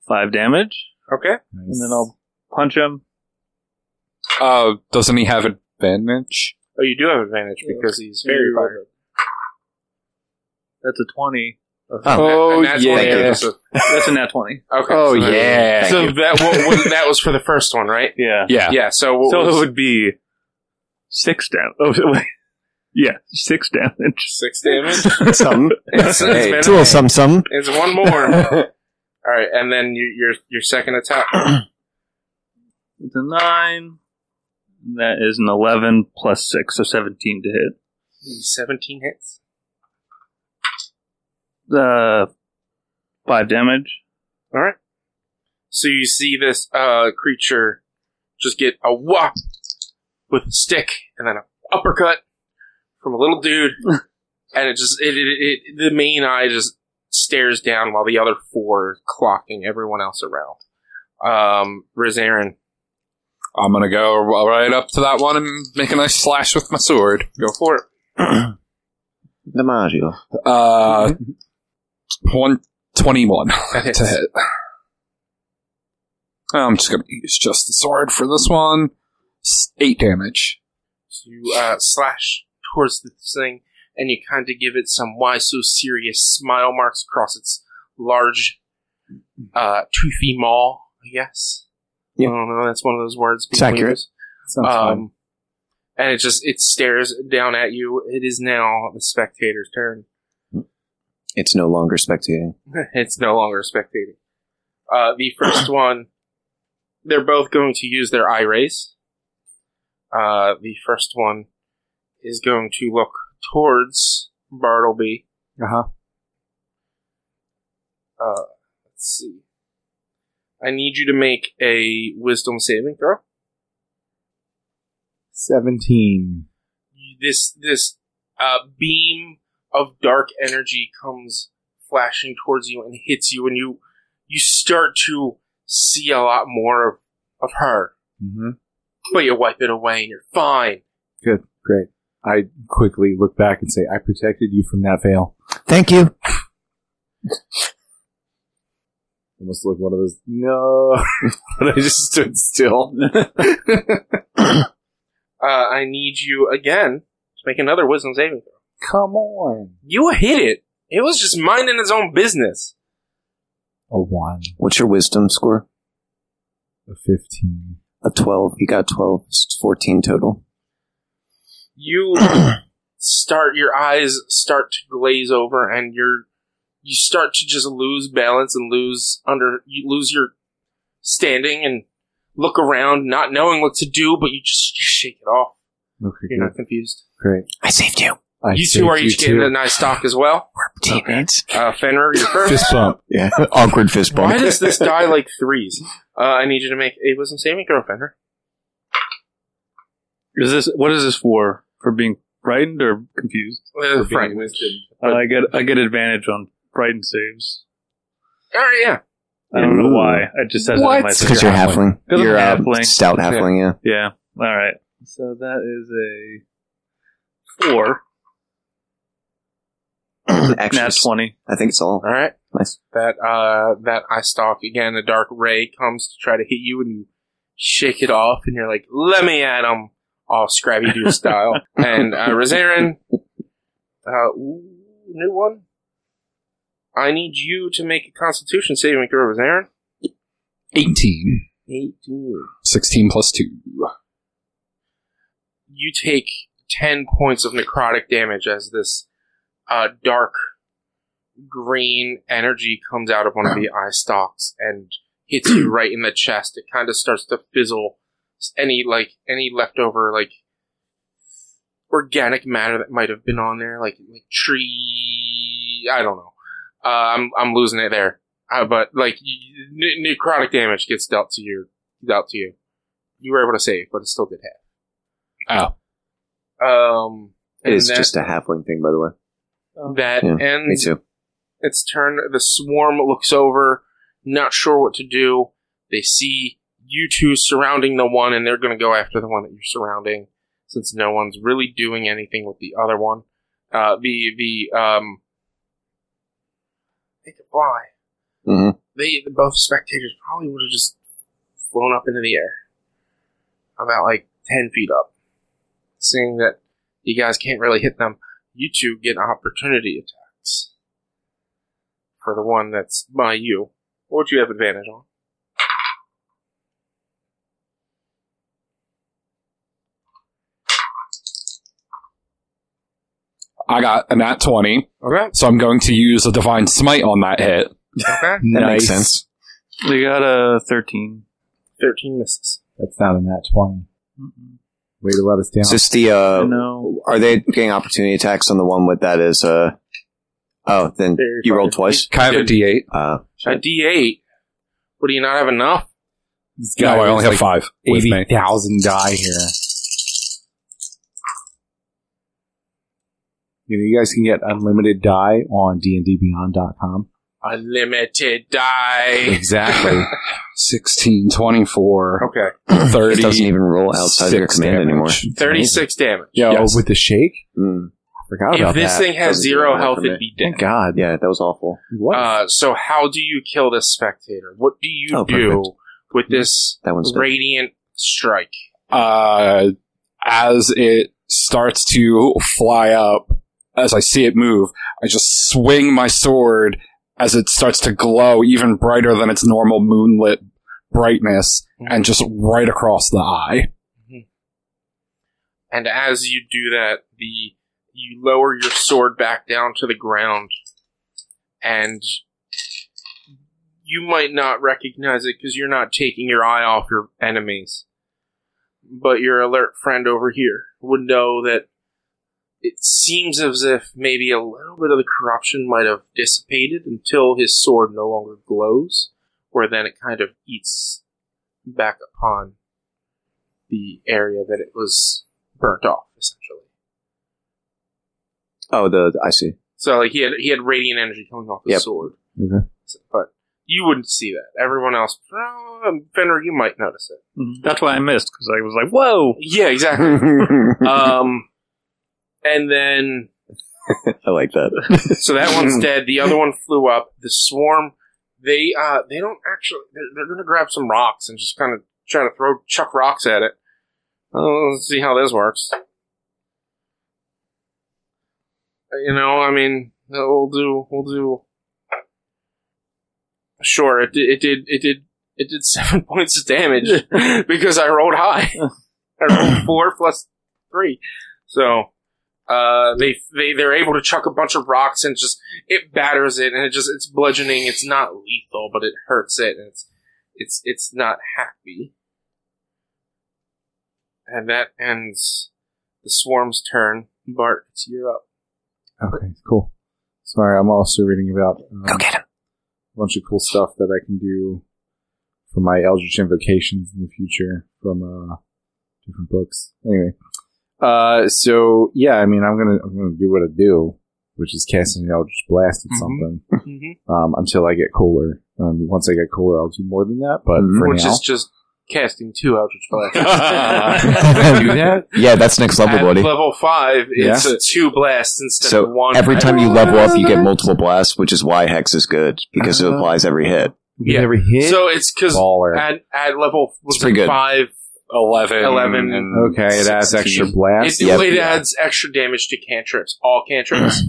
G: Five damage,
A: okay.
G: and then I'll punch him.
H: Uh, doesn't he have advantage?
A: Oh, you do have advantage because he's very vibrant.
G: That's a 20.
H: Oh,
A: And that's
H: yeah.
A: like a- so-
G: That's a nat 20.
A: Okay.
H: Oh,
A: so that-
H: yeah.
A: So that wa- was, that was for the first one, right?
G: Yeah.
H: Yeah.
A: Yeah. So what
G: So
A: was
G: it would be six damage. Oh, wait. Yeah, six damage.
A: six damage?
J: Something. It's,
A: It's
J: hey,
A: been
J: it's
A: a
J: a little
A: day.
J: something, something.
A: It's one more. All right, and then you, your your second attack.
G: It's a nine. That is an 11 plus six, so 17 to hit.
A: Seventeen hits.
G: Uh, five damage.
A: All right. So you see this uh, creature just get a whop with a stick, and then an uppercut from a little dude, and it just it, it, it the main eye just stares down while the other four are clocking everyone else around. Um, Rizarin,
H: I'm gonna go right up to that one and make a nice slash with my sword.
A: go for it.
J: DiMaggio.
H: Uh, one twenty-one
A: Mm-hmm. That
H: to hit. I'm just gonna use just the sword for this one. S- Eight damage.
A: So you uh, slash towards the thing, and you kind of give it some "why so serious" smile marks across its large, uh, toothy maw. I guess.
J: Yeah.
A: I don't know. That's one of those words.
J: It's
A: people
J: accurate.
A: use.
C: Sounds fun.
A: Um, and it just it stares down at you. It is now the spectator's turn.
J: It's no longer spectating.
A: it's no longer spectating. Uh, the first one, they're both going to use their eye rays. Uh, the first one is going to look towards Bartleby.
C: Uh-huh.
A: Uh, let's see. I need you to make a wisdom saving throw.
C: 17.
A: this this uh, beam of dark energy comes flashing towards you and hits you, and you you start to see a lot more of, of her.
C: Mm-hmm.
A: But you wipe it away, and you're fine.
C: Good. Great. I quickly look back and say, I protected you from that veil.
J: Thank you.
C: Almost look one of those, no. but I just stood still.
A: Uh, I need you again to make another wisdom saving throw.
C: Come on.
A: You hit it. It was just minding its own business.
C: A 1,
J: What's your wisdom score?
C: a 15.
J: A 12. You got 12. It's 14 total.
A: You start your eyes start to glaze over, and you're you start to just lose balance and lose under you lose your standing and look around, not knowing what to do, but you just you shake it off.
C: Okay,
A: You're
C: good.
A: not confused.
C: Great.
J: I saved you.
C: I
A: you two
C: saved
A: are each
C: you
A: getting
C: too.
A: a nice talk as well.
J: Teammates.
A: Uh, Fenrir, you're first.
C: fist bump.
J: Yeah. Awkward fist bump.
A: Why does this die like threes? Uh, I need you to make a wisdom saving throw, Fenrir.
G: Is this what is this for? For being frightened or confused?
A: Uh,
G: For being
A: Frank.
G: Uh, I get I get advantage on frightened saves.
A: All right, yeah.
G: I don't know
J: Ooh.
G: why. It just says that in my
J: Because you're halfling.
G: 'Cause I'm
J: You're a
G: halfling.
J: stout halfling, yeah.
G: Yeah. All right. So that is a four.
J: Actually,
G: Nat twenty.
J: I think it's all.
A: All right.
J: Nice.
A: That uh, that eye stalk again. A dark ray comes to try to hit you, and you shake it off, and you're like, "Let me at him!" All Scrappy Doo style. and uh, Rosarin, uh, ooh, new one. I need you to make a Constitution saving throw, Rosarin.
H: 18.
A: Eighteen.
H: 16 plus 2.
A: you take 10 points of necrotic damage as this uh, dark green energy comes out of one of the eye stalks and hits you right in the chest. It kind of starts to fizzle any like any leftover like organic matter that might have been on there, like like tree. I don't know. Uh, I'm I'm losing it there, uh, but like y- ne- necrotic damage gets dealt to you, dealt to you. You were able to save, but it still did half.
H: Oh.
A: Um,
J: It
A: and
J: is
A: that,
J: just a halfling thing, by the way.
A: that
J: Yeah, Me
A: ends
J: too.
A: its turn. The swarm looks over, not sure what to do. They see you two surrounding the one, and they're going to go after the one that you're surrounding, since no one's really doing anything with the other one. Uh, the the um, they could fly.
J: hmm
A: They the both spectators probably would have just flown up into the air, about like ten feet up. Seeing that you guys can't really hit them, you two get opportunity attacks for the one that's by you. What would you have advantage on?
H: I got a nat 20,
A: Okay,
H: so I'm going to use a divine smite on that hit.
A: okay.
J: That
H: Nice.
J: makes sense.
G: We got a thirteen.
A: Thirteen misses.
C: That's not a nat 20. Way to let us down.
J: Is this the, uh,
G: no.
J: are they getting opportunity attacks on the one with that is, uh, oh, then
A: Very
J: you rolled
A: fucking-
J: twice?
H: Can I have a d8?
J: Uh,
A: A D eight. What do you not have enough?
H: No,
C: guy
H: I only
C: is
H: have
C: like
H: five. with me.
C: 80,000 die here. You know, you guys can get unlimited die on dndbeyond.com.
A: A limited die.
H: Exactly. 16, 24,
A: Okay,
H: 30.
J: it doesn't even roll outside of your
H: six damage.
J: command anymore.
A: thirty six damage.
C: Yo,
H: Yes.
C: with the shake?
J: Mm.
C: I forgot
A: If
C: about
A: this
C: that.
A: thing has
J: Doesn't
A: zero
J: do that
A: health,
J: for me.
A: it'd be dead.
C: Thank God.
J: Yeah, that was awful.
C: What?
A: Uh, so how do you kill this spectator? What do you
J: Oh,
A: do
J: perfect.
A: with this
J: That one's dead.
A: radiant strike?
H: uh, as it starts to fly up, as I see it move, I just swing my sword as it starts to glow even brighter than its normal moonlit brightness and just right across the eye.
A: And as you do that, the you lower your sword back down to the ground, and you might not recognize it because you're not taking your eye off your enemies. But your alert friend over here would know that it seems as if maybe a little bit of the corruption might have dissipated until his sword no longer glows, where then it kind of eats back upon the area that it was burnt off, essentially.
J: Oh, the, the- I see.
A: So like he had he had radiant energy coming off his
J: Yep.
A: sword,
C: Okay.
A: So- but you wouldn't see that. Everyone else, uh, Fenrir, you might notice it.
G: That's why I missed because I was like, "Whoa!"
A: Yeah, exactly.
J: Oh.
A: um, and then
J: I like that.
A: so that one's dead. The other one flew up. The swarm. They uh they don't actually. They're, they're going to grab some rocks and just kind of try to throw chuck rocks at it. Oh, let's see how this works. You know, I mean, uh, we'll do we'll do. Sure, it did, it did it did it did seven points of damage because I rolled high. I rolled four plus three, so Uh, they they they're able to chuck a bunch of rocks and just it batters it and it just it's bludgeoning. It's not lethal, but it hurts it and it's it's it's not happy. And that ends the swarm's turn. Bart, it's you're up.
C: Okay, cool. Sorry, I'm also reading about um,
J: Go get him.
C: a bunch of cool stuff that I can do for my Eldritch invocations in the future from uh, different books. Anyway, uh, so yeah, I mean, I'm gonna I'm gonna do what I do, which is casting an Eldritch Blast at
A: Mhm.
C: something um, until I get cooler. Um, once I get cooler, I'll do more than that. But
J: Mhm.
C: for
A: Mm-hmm. Which
C: now,
A: is just casting two Eldritch Blasts.
C: do that.
J: Yeah, that's next level,
A: At
J: buddy.
A: level five, it's
C: Yeah.
A: two blasts instead of
J: So
A: one.
J: every time you level up, you get multiple blasts, which is why Hex is good because it
C: Uh,
J: applies every hit.
A: Yeah.
C: Every hit,
A: So it's because
C: baller.
A: at, at level was
J: It's pretty
A: it
J: good.
A: five,
H: 11.
A: 11.
H: and
C: Okay, it adds
H: 16.
C: extra
A: it,
C: blast.
J: Yep.
A: it adds extra damage to cantrips, all cantrips.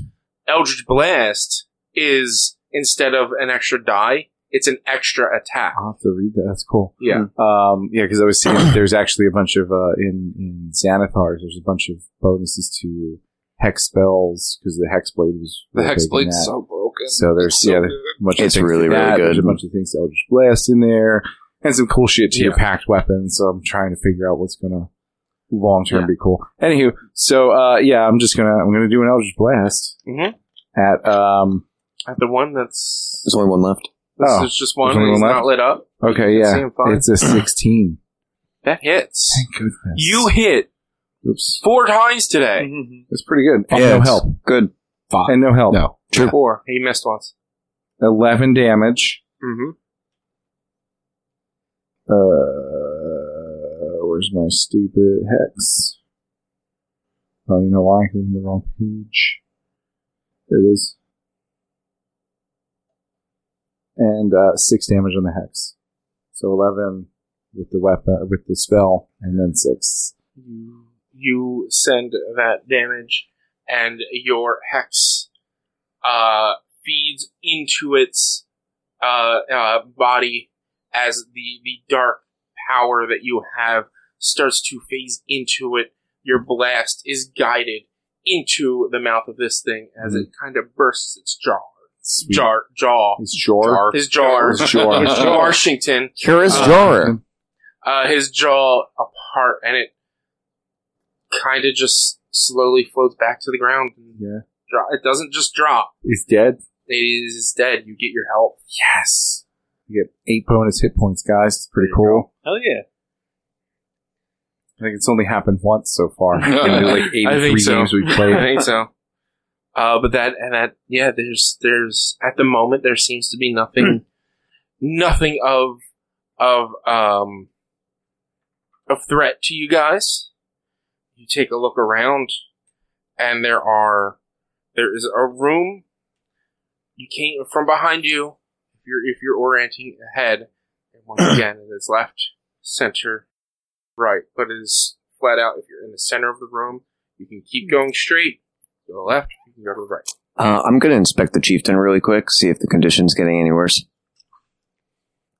A: Eldritch Blast is instead of an extra die, it's an extra attack.
C: I'll have to read that. That's cool.
A: Yeah.
C: Um, yeah, because I was seeing there's actually a bunch of uh, in in Xanathars. There's a bunch of bonuses to hex spells because the hex blade was
H: The
C: real
H: hex
C: big in
H: blade's
C: that.
H: so broken.
C: So there's-
H: It's so
C: yeah,
H: good.
C: Bunch of
J: It's
C: things
J: really,
C: to
J: really
C: that. There's a
J: good.
C: bunch of things to Eldritch Blast in there and some cool shit to your
A: Yeah.
C: packed weapons. So I'm trying to figure out what's gonna long term be cool. Anywho, so uh, yeah, I'm just gonna I'm gonna do an Eldritch Blast
A: Mhm.
C: at um.
A: At the one that's
J: There's only one left.
A: this
C: Oh,
A: is just one
C: there's only
A: that's
C: one
A: not
C: left?
A: lit up.
C: Okay,
A: That's
C: yeah,
A: seem fine.
C: it's a 16.
A: That hits.
C: Thank goodness.
A: You hit
C: Oops.
A: four times today.
C: It's pretty good. And
H: Yeah,
C: no
H: it's-
C: help.
J: Good.
H: Fuck.
C: And no help.
H: No.
A: Four. He missed once.
C: 11 damage.
A: Mm-hmm.
C: Uh, where's my stupid hex? Oh, you know why? 'Cause I'm on the wrong page. There it is. And uh, 6 damage on the hex. So 11 with the weapon, with the spell, and then 6.
A: you you send that damage and your hex uh, feeds into its uh, uh, body as the, the dark power that you have starts to phase into it. Your blast is guided into the mouth of this thing as it kind of bursts its jaw. Jar, jaw.
C: It's Jor.
A: His jar.
C: His jar.
A: His jar, Washington
J: Curious
A: Uh,
J: drawer.
A: uh, his jaw apart, and it kind of just slowly floats back to the ground. And
C: Yeah.
A: dro- It doesn't just drop.
C: He's dead.
A: It is dead. You get your help.
C: Yes. You get 8 bonus hit points, guys. It's pretty cool.
A: Hell yeah.
C: I think it's only happened once so far. In the, like
A: I think
C: 83
A: so.
C: games we've
A: I
C: played.
A: think so. Uh, but that and that, yeah. There's there's at the moment there seems to be nothing, nothing of of um of threat to you guys. You take a look around, and there are there is a room. You came from behind you. If you're if you're orienting ahead, and once again it is left, center, right, but it is flat out. If you're in the center of the room, you can keep going straight, go to the left, you can go to the right.
J: Uh, I'm going to inspect the chieftain really quick, see if the condition's getting any worse.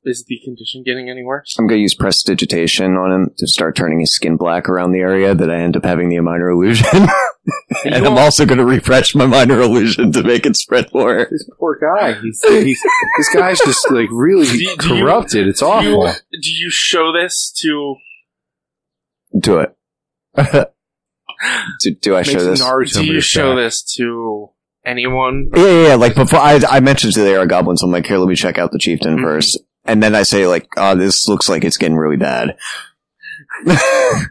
A: Is the condition getting any worse?
J: I'm going to use prestidigitation on him to start turning his skin black around the area that I end up having the minor illusion. and I'm also going to refresh my minor illusion to make it spread more.
C: This poor guy. He's, he's, this guy's just like really
A: Do you- do you-
C: corrupted. it's
A: Do you,
C: awful.
A: do you show this to?
J: Do it. do, do I show
C: Makes
J: this?
C: Naruto
A: Do you
C: move
A: show
C: back.
A: this to anyone?
J: Yeah, yeah, yeah. Like before, I, I mentioned to the air goblins, I'm like, here, let me check out the chieftain
A: Mhm.
J: first, and then I say like, oh, this looks like it's getting really bad.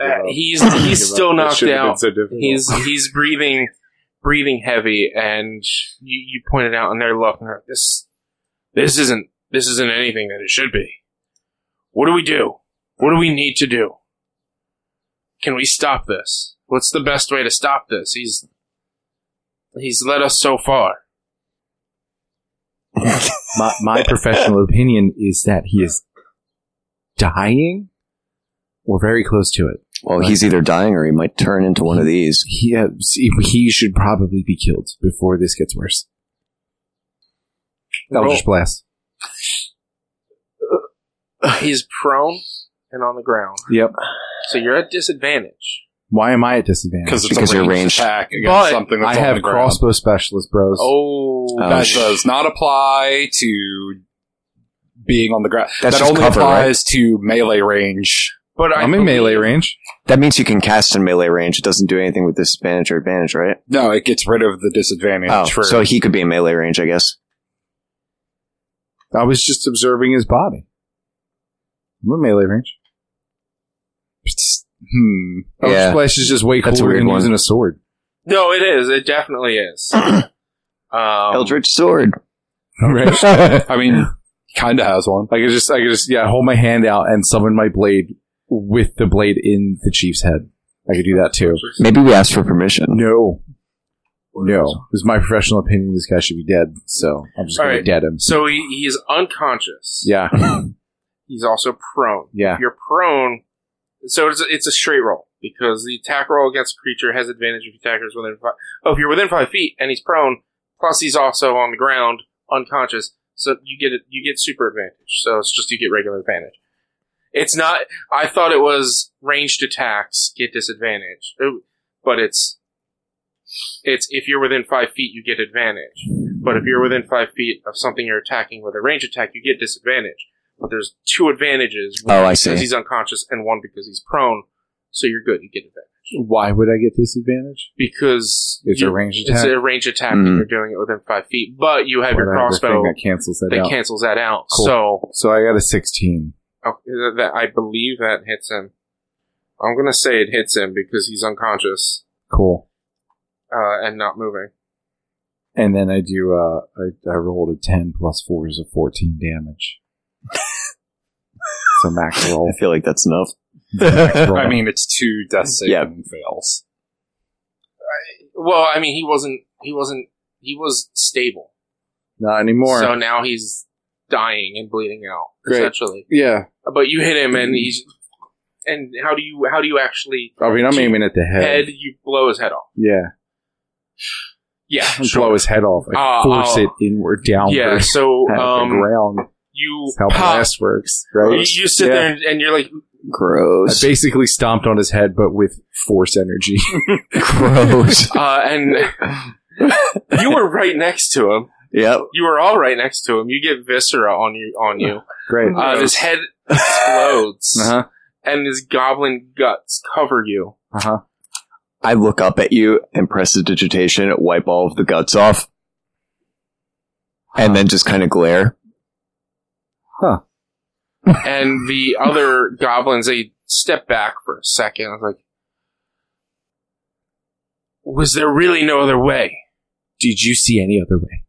A: Uh, he's he's still knocked out. He's he's breathing breathing heavy, and you, you pointed out, and they're looking at this. This isn't this isn't anything that it should be. What do we do? What do we need to do? Can we stop this? What's the best way to stop this? He's he's led us so far.
C: my, my professional opinion is that he is dying or very close to it.
J: well, he's either dying or he might turn into one of these.
C: He, uh, he- he should probably be killed before this gets worse. That'll just blast.
A: He's prone and on the ground,
C: Yep.
A: so you're at disadvantage.
C: Why am I at disadvantage?
A: because it's
J: Because
A: a
J: you're
A: ranged,
J: ranged.
A: attack against
L: But
A: something that's
C: I
A: on
C: have Uh,
A: the ground.
C: crossbow specialist, bros.
I: Oh,
J: Oh,
A: that
J: sh-
A: does not apply to being on the ground.
J: That's
A: that
J: just
A: only
J: cover, right?
A: applies to melee range.
I: but I
C: I'm in melee range.
J: That means you can cast in melee range. It doesn't do anything with disadvantage or advantage, right?
A: No, it gets rid of the disadvantage.
J: Oh,
A: for,
J: so he could be in melee range, I guess.
C: I was just observing his body. I'm in melee range.
A: hmm.
C: Oh,
J: Yeah.
C: Splash is just way
J: That's a
C: cooler
J: weird
C: than
J: one.
C: using a sword.
I: No, it is. It definitely is. um,
A: Uh,
H: Um,
J: Eldritch sword.
C: Right?
A: I mean, kind of has one.
C: I could just, I could just, yeah, hold my hand out and summon my blade with the blade in the chief's head. I could do that too.
J: Maybe we asked for permission.
C: No. No. This is my professional opinion. This guy should be dead. So I'm just going
I: Alright.
C: to dead him.
I: So he, he's unconscious.
C: Yeah.
I: He's also prone.
C: Yeah.
I: If you're prone, so it's a, it's a straight roll because the attack roll against a creature has advantage if the attacker is within five. Oh, if you're within five feet and he's prone, plus he's also on the ground unconscious, so you get it. You get super advantage. So it's just you get regular advantage. It's not. I thought it was ranged attacks get disadvantage, Ooh, but it's it's if you're within five feet you get advantage. But if you're within five feet of something you're attacking with a range attack, you get disadvantage. But there's two advantages. one
J: Oh, I
I: because
J: see.
I: he's unconscious and one because he's prone. So you're good. You get advantage
C: Why would I get disadvantage?
I: because
C: It's a
I: you-
C: ranged
I: It's
C: attack. Mm-hmm.
I: a range attack.
J: Mhm.
I: and You're doing it within five feet, but you have
C: Well,
I: your
C: I have the
I: crossbow
C: thing that cancels that
I: that
C: out.
I: cancels that out.
C: Cool.
I: So
C: so I got a 16.
I: uh, that I believe that hits him. I'm gonna say it hits him because he's unconscious
C: Cool.
I: uh, and not moving.
C: And then I do, uh, I, I rolled a 10 plus 4 is a 14 damage. so max roll.
J: I feel like that's enough.
C: Max roll.
A: I mean, it's two death saving
J: Yeah.
A: fails.
I: Well, I mean, he wasn't. He wasn't. He was stable.
C: not anymore.
I: So now he's dying and bleeding out
C: Great. Mm-hmm.
I: essentially.
C: yeah.
I: But you hit him, and he's. And how do you how do you actually
C: I mean, I'm aiming at the head.
I: head? You blow his head off.
C: Yeah.
I: Yeah,
C: And Blow his head off. I
A: Ah,
I: Uh,
C: force
I: uh,
C: it inward, downward.
I: Yeah, so
C: at the
I: um,
C: ground.
I: you
C: That's how
I: pop,
C: blast works,
I: you,
C: right?
I: you sit
C: Yeah.
I: there and, and you're like,
C: I
J: Gross.
C: basically stomped on his head, but with force energy.
J: Gross.
I: uh, and you were right next to him.
J: yep.
I: You were all right next to him. You get viscera on you on you.
C: Great.
I: Uh, his head explodes,
C: Uh-huh.
I: and his goblin guts cover you.
C: Uh-huh.
J: I look up at you and press the digitation, wipe all of the guts off, and then just kind of glare.
I: And the other goblins they step back for a second. I was like, was there really no other way?
C: Did you see any other way?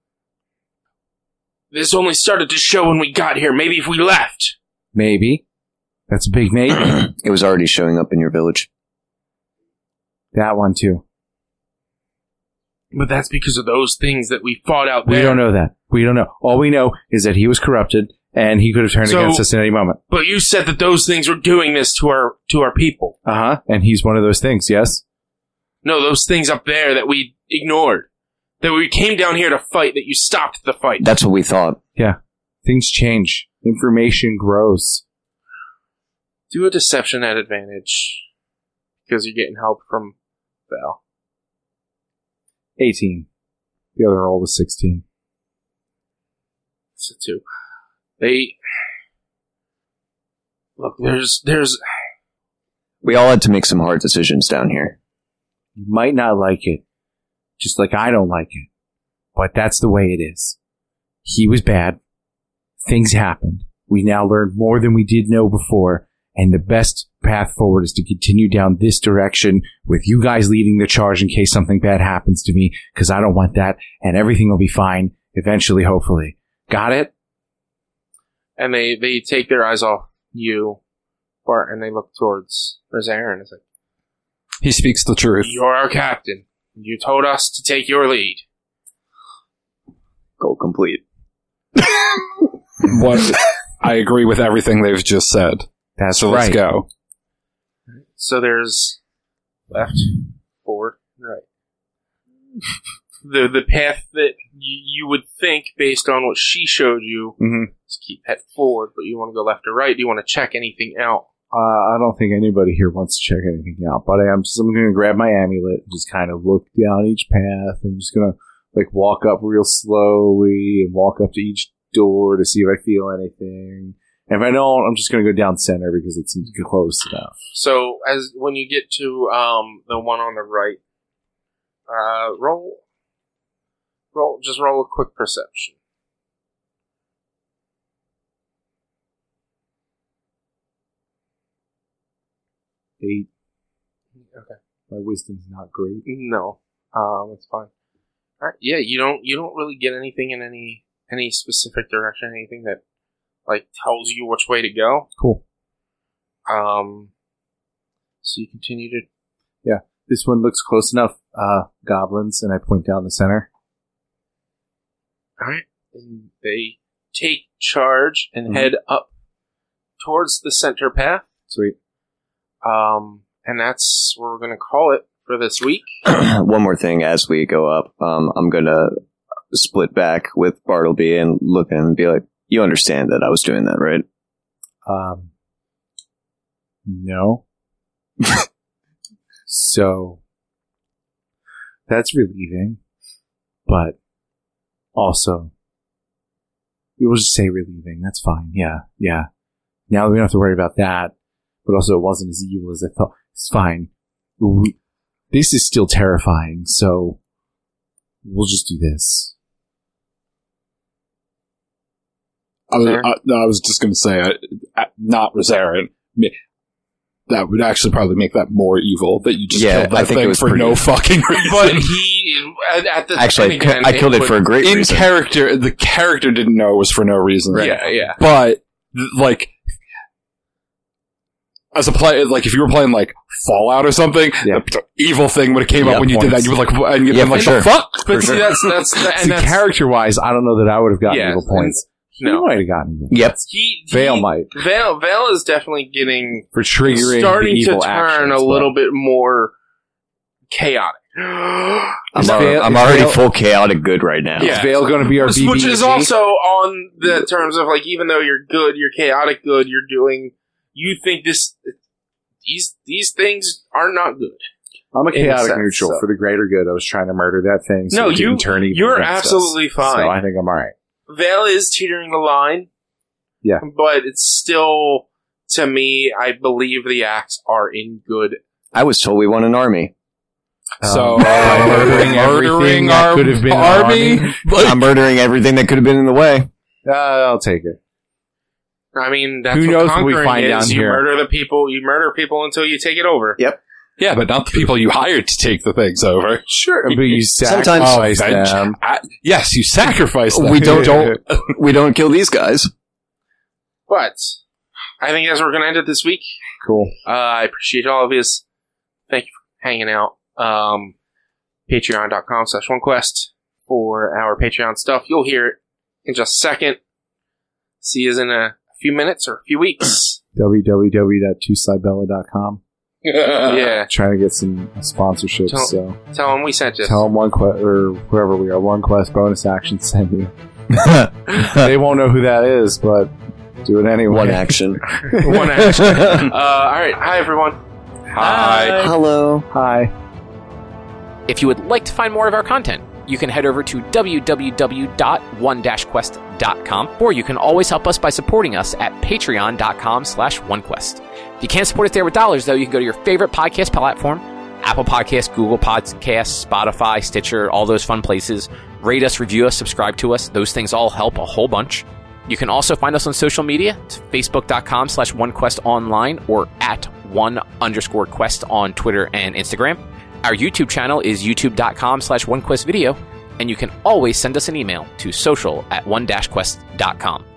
I: This only started to show when we got here. Maybe if we left.
C: Maybe. That's a big maybe.
J: it was already showing up in your village.
C: that one too.
I: But that's because of those things that we fought out
C: We
I: there.
C: don't know that. We don't know. All we know is that he was corrupted and he could have turned
I: So-
C: against us at any moment.
I: But you said that those things were doing this to our to our people.
C: Uh huh. And he's one of those things, yes?
I: No, those things up there that we ignored. That we came down here to fight, that you stopped the fight.
J: That's what we thought.
C: Things change. Information grows.
I: Do a deception at advantage. Because you're getting help from Val.
C: 18. The other roll was 16.
I: It's a two. They Look, there's there's
J: We all had to make some hard decisions down here.
C: You might not like it, just like I don't like it, but that's the way it is. He was bad. Things happened. We now learned more than we did know before, and the best path forward is to continue down this direction with you guys leading the charge in case something bad happens to me, because I don't want that, and everything will be fine eventually, hopefully. Got it?
I: and they they take their eyes off you, Bart, and they look towards there's Aaron. It's like
A: He speaks the truth.
I: You're our captain. You told us to take your lead.
J: Goal complete.
A: what I agree with everything they've just said.
C: That's
A: So
C: right.
A: let's go.
I: So there's left, forward, right. The the path that y- you would think, based on what she showed you,
C: Mhm.
I: is keep head forward. But you want to go left or right. Do you want to check anything out?
C: Uh, I don't think anybody here wants to check anything out, but I am just, I'm going to grab my amulet and just kind of look down each path. I'm just going to like walk up real slowly and walk up to each door to see if I feel anything. And if I don't, I'm just going to go down center because it seems close enough.
A: So as when you get to um, the one on the right, uh, roll, roll, just roll a quick perception.
C: Eight.
A: Okay.
C: My wisdom's not great.
A: No, um, it's fine. All right. Yeah, you don't you don't really get anything in any any specific direction, anything that like tells you which way to go.
C: Cool.
A: Um, so you continue to
C: This one looks close enough. Uh, goblins, and I point down the center.
A: All right. And they take charge and
I: Mm-hmm.
A: head up towards the center path.
C: Sweet.
A: Um, and that's where we're going to call it for this week.
J: One more thing as we go up, um, I'm gonna split back with Bartleby and look at him and be like, "You understand that I was doing that, right?"
C: Um, no. so that's relieving, but also we will just say relieving. That's fine. Yeah, yeah. Now we don't have to worry about that. But also, it wasn't as evil as I thought. It's fine. We, this is still terrifying, so we'll just do this.
H: I was,
A: Fair.
H: I, no, I was just going to say, uh, uh, not Rosarin. Me- That would actually probably make that more evil that you just
J: Yeah,
H: killed
J: I
H: that
J: think it
H: thing
J: was
H: for
J: pretty-
H: no fucking reason.
A: But he, at, at the
J: Actually, I,
A: and
J: ki-
A: again,
J: I killed it for a
A: would-
J: great
H: in
J: reason.
H: character, the character didn't know it was for no reason.
A: Yeah, yeah.
H: But th- like as a play, like if you were playing like Fallout or something,
C: Yeah.
H: the evil thing would have came
J: Yeah,
H: up when you did that.
J: points.
H: You were like, wh- and you'd
J: Yeah,
H: been like,
J: for
H: the
J: sure.
H: fuck.
A: But see, that's that's the, and
C: See,
A: that's,
C: character-wise, I don't know that I would have gotten
A: Yeah,
C: evil points.
A: and-
C: He
A: no.
C: might have gotten evil.
J: Yep.
A: He, he
C: Vale might
A: Vale Vale is definitely getting
C: for triggering
A: starting
C: the
A: to
C: evil
A: turn
C: actions,
A: a
C: but-
A: little bit more chaotic.
J: I'm,
C: Is
J: al-
C: Vale-
J: I'm
C: is
J: already
C: Vale-
J: full chaotic good right now.
A: Yeah.
C: Is Vale going to be our
A: Which-
C: BB?
A: which is also on the terms of like even though you're good you're chaotic good you're doing you think this these these things are not good
C: I'm a
A: in a
C: chaotic
A: sense,
C: neutral
A: so.
C: for the greater good. I was trying to murder that thing. So
A: No,
C: it
A: you-
C: didn't turn evil
A: you're
C: against us.
A: absolutely fine.
C: So I think I'm all right.
A: Vale is teetering the line
C: Yeah.
A: but it's still to me I believe the acts are in good
J: I was told we won an army.
H: So uh,
C: Um, by
H: murdering,
C: everything that
H: our
C: could have been an
H: army.
C: army.
H: Like,
J: I'm murdering everything that could have been in the way.
C: Uh, I'll take it.
A: I mean that's
C: Who
A: what
C: knows what we
A: conquering
C: find
A: is
C: down
A: you
C: here.
A: murder the people you murder people until you take it over
H: yeah, but not the people you hired to take the things over.
C: Sure, but you
J: Sometimes-
C: sacrifice
H: Venge-
C: them.
H: I- yes, you sacrificed. them.
J: We don't, don't we don't kill these guys.
A: but I think that's where we're gonna end it this week
C: Cool.
A: Uh, I appreciate all of you. Thank you for hanging out. Um, Patreon.com slash OneQuest for our Patreon stuff. You'll hear it in just a second. See you in a few minutes or a few weeks.
C: www.twosidebella.com.
A: yeah.
C: Trying to get some sponsorships.
A: Tell-
C: so
A: Tell them we sent you.
C: tell them one quest or whoever we are, one quest bonus action send you. they won't know who that is, but do it anyway.
J: One action.
A: One action. Uh, all right. Hi, everyone.
H: Hi.
J: Hello.
C: Hi.
I: If you would like to find more of our content, you can head over to www.one-quest.com, or you can always help us by supporting us at patreon.com slash onequest. If you can't support us there with dollars, though, you can go to your favorite podcast platform, Apple Podcasts, Google Podcasts, Spotify, Stitcher, all those fun places. Rate us, review us, subscribe to us. Those things all help a whole bunch. You can also find us on social media. It's facebook.com slash onequestonline or at one underscore quest on Twitter and Instagram. Our YouTube channel is youtube.com slash onequestvideo, and you can always send us an email to social at one-quest.com.